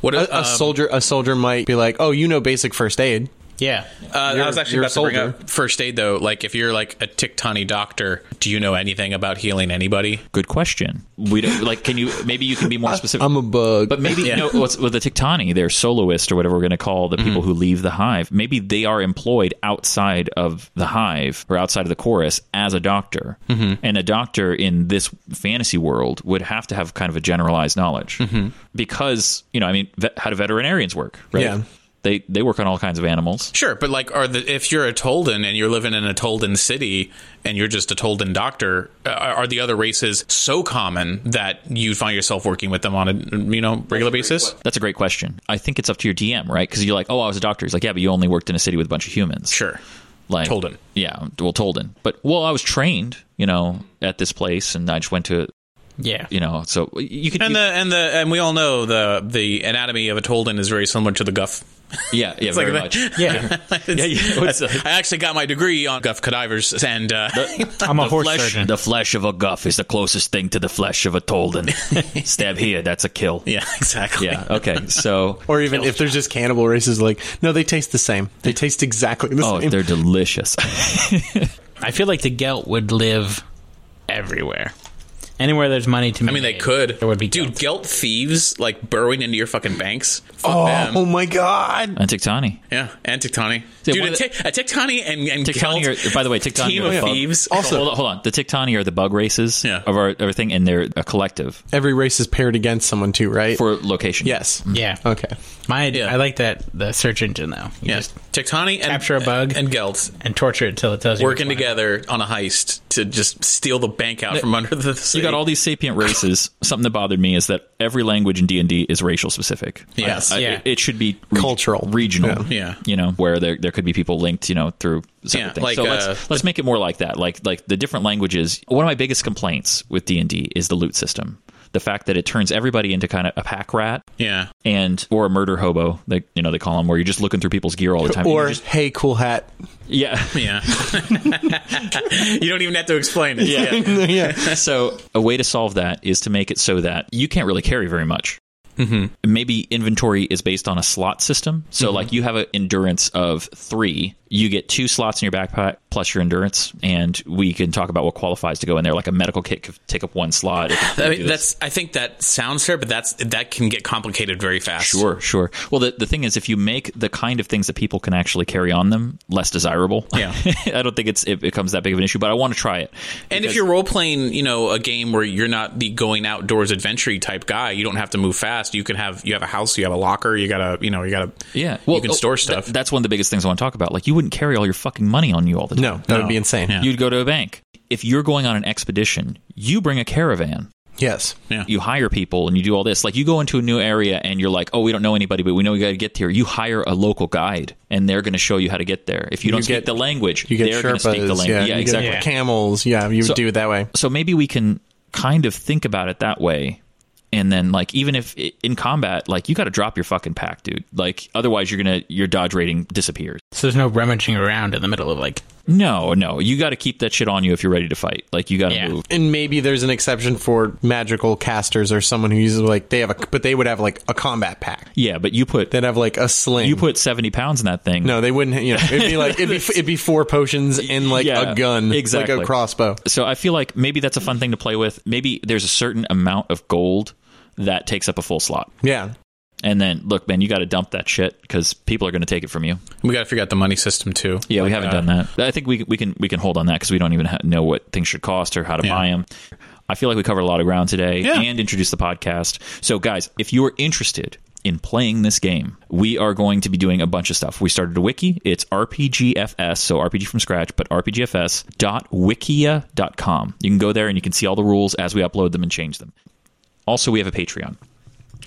Speaker 3: What
Speaker 6: A,
Speaker 3: if,
Speaker 6: a
Speaker 3: um,
Speaker 6: soldier a soldier might be like, "Oh, you know basic first aid."
Speaker 7: Yeah.
Speaker 3: Uh, I
Speaker 6: You're-
Speaker 3: was actually
Speaker 6: you're a
Speaker 3: about to bring
Speaker 6: soldier.
Speaker 3: up first aid though. Like if you're like a Tiktani doctor, do you know anything about healing anybody?
Speaker 1: Good question. We don't like. Can you? Maybe you can be more specific.
Speaker 6: I'm a bug.
Speaker 1: Uh, But
Speaker 3: *laughs*
Speaker 1: maybe no, what's, with the Tiktani, their soloist or whatever we're going to call the people who leave the hive, maybe they are employed outside of the hive or outside of the chorus as a doctor. And a doctor in this fantasy world would have to have kind of a generalized knowledge because you know, I mean, vet, how do veterinarians work? Right?
Speaker 6: Yeah.
Speaker 1: They they work on all kinds of animals.
Speaker 3: Sure, but like, are the if you're a Tolden and you're living in a Tolden city and you're just a Tolden doctor, uh, are the other races so common that you find yourself working with them on a you know regular basis?
Speaker 1: That's a great question. I think it's up to your DM, right? Because you're like, oh, I was a doctor. He's like, yeah, but you only worked in a city with a bunch of humans.
Speaker 3: Sure.
Speaker 1: like
Speaker 3: Tolden.
Speaker 1: Yeah, well, Tolden. But well, I was trained, you know, at this place, and I just went to,
Speaker 7: Yeah.
Speaker 1: you know, so you could,
Speaker 3: And
Speaker 1: you-
Speaker 3: the and the and we all know the the anatomy of a Tolden is very similar to the
Speaker 1: *laughs*
Speaker 3: Guff.
Speaker 1: yeah, yeah,
Speaker 3: like
Speaker 1: very
Speaker 3: that.
Speaker 1: much.
Speaker 3: *laughs*
Speaker 7: Yeah.
Speaker 3: yeah,
Speaker 1: yeah.
Speaker 3: *laughs* I actually got my degree on Guff cadavers, and uh,
Speaker 7: I'm a horse
Speaker 1: flesh,
Speaker 7: surgeon.
Speaker 1: The flesh of a guff is the closest thing to the flesh of a
Speaker 3: *laughs*
Speaker 1: Tolden. Stab here, that's a kill.
Speaker 3: *laughs* yeah, exactly.
Speaker 1: Yeah. Okay.
Speaker 3: *laughs*
Speaker 1: So.
Speaker 6: or even if there's just cannibal races, like no, they taste the same. They taste exactly the
Speaker 1: Oh,
Speaker 6: same.
Speaker 1: they're
Speaker 3: *laughs*
Speaker 1: delicious.
Speaker 7: I feel like the Gelt would live everywhere. Anywhere there's money to be
Speaker 3: I mean, they
Speaker 7: made,
Speaker 3: could.
Speaker 7: There would be
Speaker 3: dude,
Speaker 7: Gelts.
Speaker 3: gelt thieves like burrowing into your fucking banks. Fuck
Speaker 6: oh,
Speaker 3: them.
Speaker 6: oh my god!
Speaker 1: and Tiktani.
Speaker 3: Yeah, and Tiktani.
Speaker 1: Yeah,
Speaker 3: Dude,
Speaker 1: one
Speaker 3: a,
Speaker 1: of the-
Speaker 3: tic- a Tiktani and, and
Speaker 1: Tiktani
Speaker 3: Gelt
Speaker 1: are, by the way, Tiktani
Speaker 3: team
Speaker 1: are
Speaker 3: of
Speaker 1: the bug-
Speaker 3: thieves.
Speaker 6: Also-
Speaker 1: Hold on, hold on. The Tiktani are the bug races
Speaker 3: Yeah.
Speaker 1: of our everything, and they're a collective
Speaker 6: Every race is paired against someone too, right?
Speaker 1: for location.
Speaker 6: yes.
Speaker 7: Yeah.
Speaker 6: Okay.
Speaker 7: My
Speaker 3: Yeah.
Speaker 7: I like that the search engine though. You
Speaker 3: yeah,
Speaker 7: just
Speaker 3: Tiktani and
Speaker 7: capture a bug.
Speaker 3: and Gelt
Speaker 7: and torture it till it tells you
Speaker 3: working
Speaker 7: which one.
Speaker 3: together on a heist to just steal the bank out from under the. City.
Speaker 1: You got all these sapient
Speaker 3: *coughs*
Speaker 1: races. Something that bothered me is that every language in D and D is racial specific.
Speaker 3: Yes.
Speaker 1: I- I-
Speaker 7: Yeah.
Speaker 1: it, it should be reg-
Speaker 6: Cultural.
Speaker 1: regional.
Speaker 3: Yeah. Yeah.
Speaker 1: you know where there there could be people linked, you know, through separate
Speaker 3: Yeah,
Speaker 1: things.
Speaker 3: like,
Speaker 1: so
Speaker 3: uh,
Speaker 1: let's let's make it more like that. Like like the different languages. One of my biggest complaints with D and D is the loot system. The fact that it turns everybody into kind of a pack rat
Speaker 3: Yeah.
Speaker 1: and or a murder hobo, like you know they call them, where you're just looking through people's gear all the time. and
Speaker 6: Or
Speaker 1: you're just-
Speaker 6: hey, cool hat.
Speaker 1: yeah,
Speaker 3: Yeah. *laughs* you don't even have to explain it. Yeah.
Speaker 6: *laughs* yeah.
Speaker 1: so a way to solve that is to make it so that you can't really carry very much.
Speaker 3: Mm-hmm.
Speaker 1: Mm-hmm. Maybe inventory is based on a slot system. So like you have an endurance of three, You get two slots in your backpack plus your endurance, and we can talk about what qualifies to go in there. Like a medical kit could take up one slot. It could
Speaker 3: *sighs* I
Speaker 1: do
Speaker 3: mean,
Speaker 1: this.
Speaker 3: that's. I think that sounds fair, but that's that can get complicated very fast.
Speaker 1: Sure, sure. Well, the, the thing is, if you make the kind of things that people can actually carry on them less desirable,
Speaker 3: Yeah.
Speaker 1: *laughs* I don't think it's it becomes that big of an issue. But I want to try it.
Speaker 3: And if you're role playing, you know, a game where you're not the going outdoors adventure type guy, you don't have to move fast. You can have you have a house, you have a locker, you got to, you know, you got to
Speaker 1: yeah, well,
Speaker 3: you can
Speaker 1: oh,
Speaker 3: store
Speaker 1: th-
Speaker 3: stuff.
Speaker 1: that's one of the biggest things I want to talk about. Like, you wouldn't carry all your fucking money on you all the time.
Speaker 6: No, that would be insane.
Speaker 3: Yeah.
Speaker 1: You'd go to a bank. If you're going on an expedition, you bring a caravan.
Speaker 6: Yes.
Speaker 1: You hire people and you do all this. Like you go into a new area and you're like, "Oh, we don't know anybody, but we know we got to get here." You hire a local guide and they're going to show you how to get there. If you don't
Speaker 6: You
Speaker 1: speak
Speaker 6: get-
Speaker 1: the language,
Speaker 6: You get
Speaker 1: they're going
Speaker 6: Sherpas.
Speaker 1: to speak the language.
Speaker 6: yeah,
Speaker 1: Yeah,
Speaker 6: you get
Speaker 1: exactly.
Speaker 6: Camels. Yeah, you would
Speaker 1: So-
Speaker 6: do it that way.
Speaker 1: So maybe we can kind of think about it that way. And then, like, even if in combat, like, you got to drop your fucking pack, dude. Like, otherwise, you're gonna your dodge rating disappears.
Speaker 7: So there's no rummaging around in the middle of like
Speaker 1: No, no, you got to keep that shit on you if you're ready to fight. Like, you got to
Speaker 7: Yeah.
Speaker 1: move.
Speaker 6: And maybe there's an exception for magical casters or someone who uses like they have a, but they would have like a combat pack.
Speaker 1: Yeah, but you put
Speaker 6: They'd have like a sling.
Speaker 1: you put seventy pounds in that thing.
Speaker 6: No, they wouldn't. You know, it'd be
Speaker 1: *laughs*
Speaker 6: like it'd be it'd be four potions and like
Speaker 1: Yeah,
Speaker 6: a gun,
Speaker 1: exactly.
Speaker 6: like a crossbow.
Speaker 1: So I feel like maybe that's a fun thing to play with. Maybe there's a certain amount of gold that takes up a full slot.
Speaker 6: Yeah,
Speaker 1: And then, look, man, you got to dump that shit because people are going to take it from you.
Speaker 3: we got to figure out the money system too.
Speaker 1: Yeah, we
Speaker 3: Like,
Speaker 1: haven't
Speaker 3: uh,
Speaker 1: done that. I think we we can we can hold on that because we don't even ha- know what things should cost or how to
Speaker 3: Yeah.
Speaker 1: buy them. I feel like we covered a lot of ground today
Speaker 3: Yeah.
Speaker 1: and introduced the podcast. So, guys, if you are interested in playing this game, we are going to be doing a bunch of stuff. We started a wiki. It's RPGFS, so RPG from scratch, but RPGFS.wikia.com. You can go there and you can see all the rules as we upload them and change them. Also, we have a Patreon.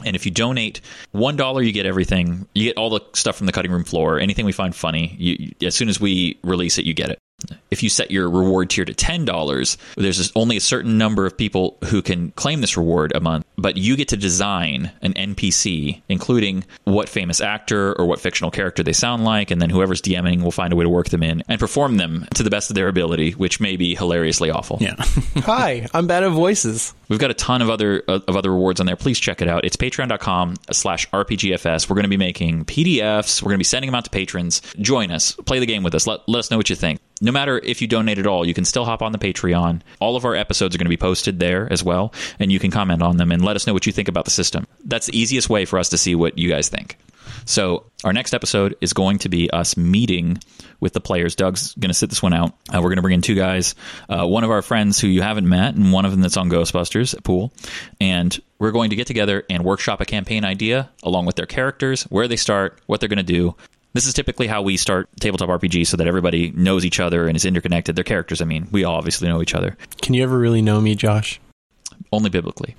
Speaker 1: And if you donate one dollar, you get everything. You get all the stuff from the cutting room floor. Anything we find funny, you, you- as soon as we release it, you get it. If you set your reward tier to ten dollars, there's just only a certain number of people who can claim this reward a month. But you get to design an NPC, including what famous actor or what fictional character they sound like, and then whoever's DMing will find a way to work them in and perform them to the best of their ability, which may be hilariously awful.
Speaker 3: Yeah. *laughs*
Speaker 6: Hi, I'm Bad at Voices.
Speaker 1: We've got a ton of other uh, of other rewards on there. Please check it out. It's patreon.com slash RPGFS. We're going to be making PDFs. We're going to be sending them out to patrons. Join us. Play the game with us. Let, let us know what you think. No matter if you donate at all, you can still hop on the Patreon. All of our episodes are going to be posted there as well, and you can comment on them and let us know what you think about the system. That's the easiest way for us to see what you guys think. So our next episode is going to be us meeting with the players. Doug's going to sit this one out. Uh, we're going to bring in two guys, uh, one of our friends who you haven't met, and one of them that's on Ghostbusters at Pool. And we're going to get together and workshop a campaign idea along with their characters, where they start, what they're going to do. This is typically how we start tabletop RPG so that everybody knows each other and is interconnected. Their characters, I mean, we all obviously know each other
Speaker 6: Can you ever really know me, Josh?
Speaker 1: only biblically.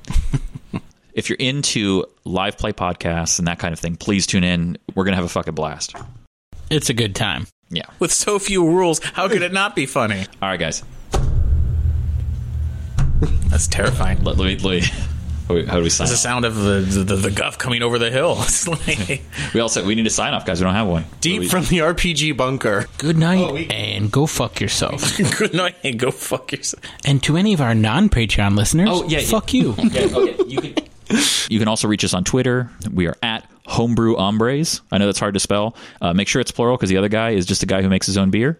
Speaker 1: if you're into live play podcasts and that kind of thing, please tune in. We're going to have a fucking blast.
Speaker 7: it's a good time.
Speaker 1: Yeah.
Speaker 3: With so few rules, how could it not be funny?
Speaker 1: All right, guys.
Speaker 3: That's terrifying.
Speaker 1: Let, let me, let me- *laughs* how do we- how do we sign
Speaker 3: That's the
Speaker 1: off?
Speaker 3: sound of the, the, the, guff coming over the hill. *laughs*
Speaker 1: *laughs*
Speaker 3: It's like
Speaker 1: We also we need to sign off, guys. We don't have one.
Speaker 6: Deep
Speaker 1: We-
Speaker 6: from the RPG bunker.
Speaker 7: Good night
Speaker 1: Oh,
Speaker 7: and go fuck yourself.
Speaker 3: *laughs* good night and go fuck yourself.
Speaker 7: and to any of our non Patreon listeners,
Speaker 1: Oh, yeah, yeah.
Speaker 7: fuck
Speaker 1: *laughs*
Speaker 7: you.
Speaker 1: Yeah, okay, you can. You can also reach us on Twitter. We are at Homebrew Hombres. I know that's hard to spell. Uh, make sure it's plural because the other guy is just a guy who makes his own beer.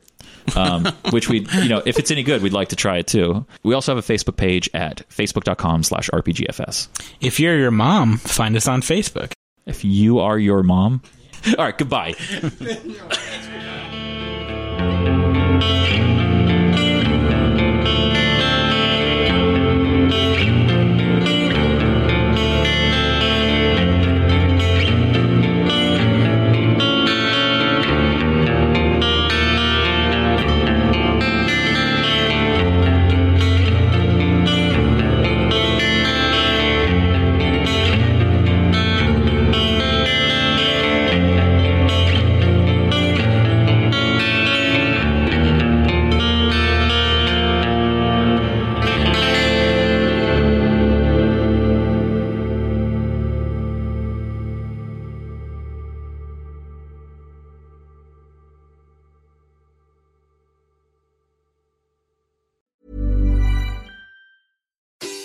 Speaker 1: Um, *laughs* which we, you know, if it's any good, we'd like to try it too. We also have a Facebook page at facebook.com slash RPGFS.
Speaker 7: If you're your mom, find us on Facebook.
Speaker 1: If you are your mom. All right, goodbye.